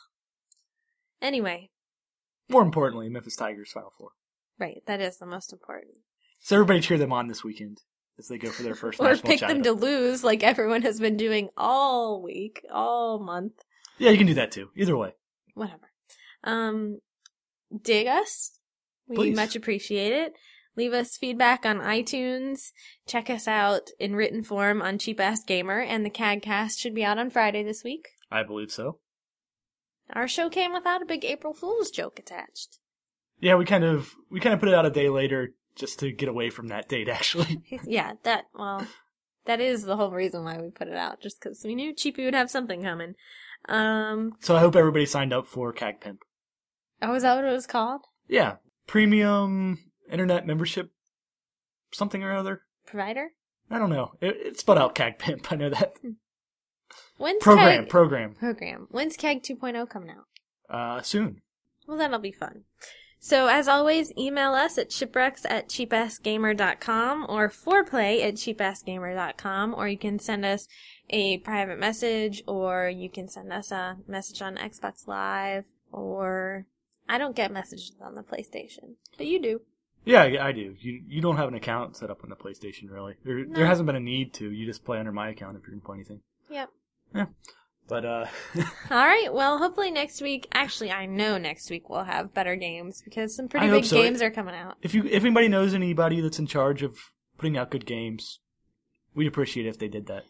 Speaker 3: Anyway,
Speaker 4: more importantly, Memphis Tigers final four.
Speaker 3: right, that is the most important.
Speaker 4: So everybody cheer them on this weekend as they go for their first
Speaker 3: or
Speaker 4: national
Speaker 3: pick them to
Speaker 4: championship.
Speaker 3: lose like everyone has been doing all week, all month,
Speaker 4: Yeah, you can do that too. Either way,
Speaker 3: whatever. Um, dig us. We
Speaker 4: Please.
Speaker 3: much appreciate it. Leave us feedback on iTunes. Check us out in written form on Cheap Ass Gamer, and the CADcast should be out on Friday this week.
Speaker 4: I believe so.
Speaker 3: Our show came without a big April Fool's joke attached.
Speaker 4: Yeah, we kind of we kind of put it out a day later just to get away from that date. Actually,
Speaker 3: yeah, that, well, that is the whole reason why we put it out, just because we knew Cheapy would have something coming. Um,
Speaker 4: so I hope everybody signed up for CAG Pimp.
Speaker 3: oh, is that what it was called?
Speaker 4: Yeah, premium internet membership, something or other.
Speaker 3: Provider?
Speaker 4: I don't know. It, it's spelled out CAG Pimp. I know that
Speaker 3: When's
Speaker 4: program
Speaker 3: Keg-
Speaker 4: program
Speaker 3: program. When's Keg 2.0 coming out?
Speaker 4: uh, soon.
Speaker 3: Well, that'll be fun. So, as always, email us at shipwrecks at cheapassgamer.com or foreplay at cheapassgamer.com, or you can send us a private message, or you can send us a message on Xbox Live, or I don't get messages on the PlayStation, but you do.
Speaker 4: Yeah, I I do. You you don't have an account set up on the PlayStation, really. There
Speaker 3: No.
Speaker 4: there hasn't been a need to. You just play under my account if you're gonna play anything.
Speaker 3: Yep.
Speaker 4: But uh,
Speaker 3: All right. Well, hopefully next week. Actually, I know next week we'll have better games because some pretty
Speaker 4: I hope
Speaker 3: big
Speaker 4: so.
Speaker 3: games are coming out.
Speaker 4: if you if anybody knows anybody that's in charge of putting out good games, we'd appreciate it if they did that.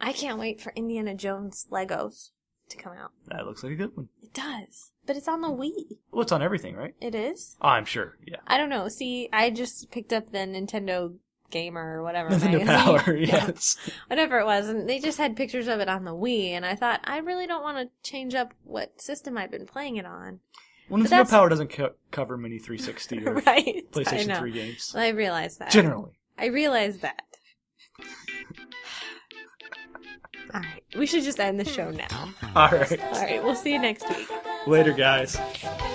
Speaker 3: I can't wait for Indiana Jones Legos to come out.
Speaker 4: That looks like a good one.
Speaker 3: It does. But it's on the Wii.
Speaker 4: Well, it's on everything, right?
Speaker 3: It is?
Speaker 4: Oh, I'm sure. Yeah.
Speaker 3: I don't know. See, I just picked up the Nintendo Gamer or whatever.
Speaker 4: Nintendo
Speaker 3: magazine.
Speaker 4: Power. Yes.
Speaker 3: Whatever it was. And they just had pictures of it on the Wii. And I thought, I really don't want to change up what system I've been playing it on.
Speaker 4: Well,
Speaker 3: But
Speaker 4: Nintendo
Speaker 3: that's-
Speaker 4: Power doesn't co- cover many 360 or
Speaker 3: right? I
Speaker 4: PlayStation
Speaker 3: know.
Speaker 4: 3 games.
Speaker 3: I realized that.
Speaker 4: Generally.
Speaker 3: I realized that. All right. We should just end the show now.
Speaker 4: All right.
Speaker 3: All right. We'll see you next week.
Speaker 4: Later, guys.
Speaker 5: Thank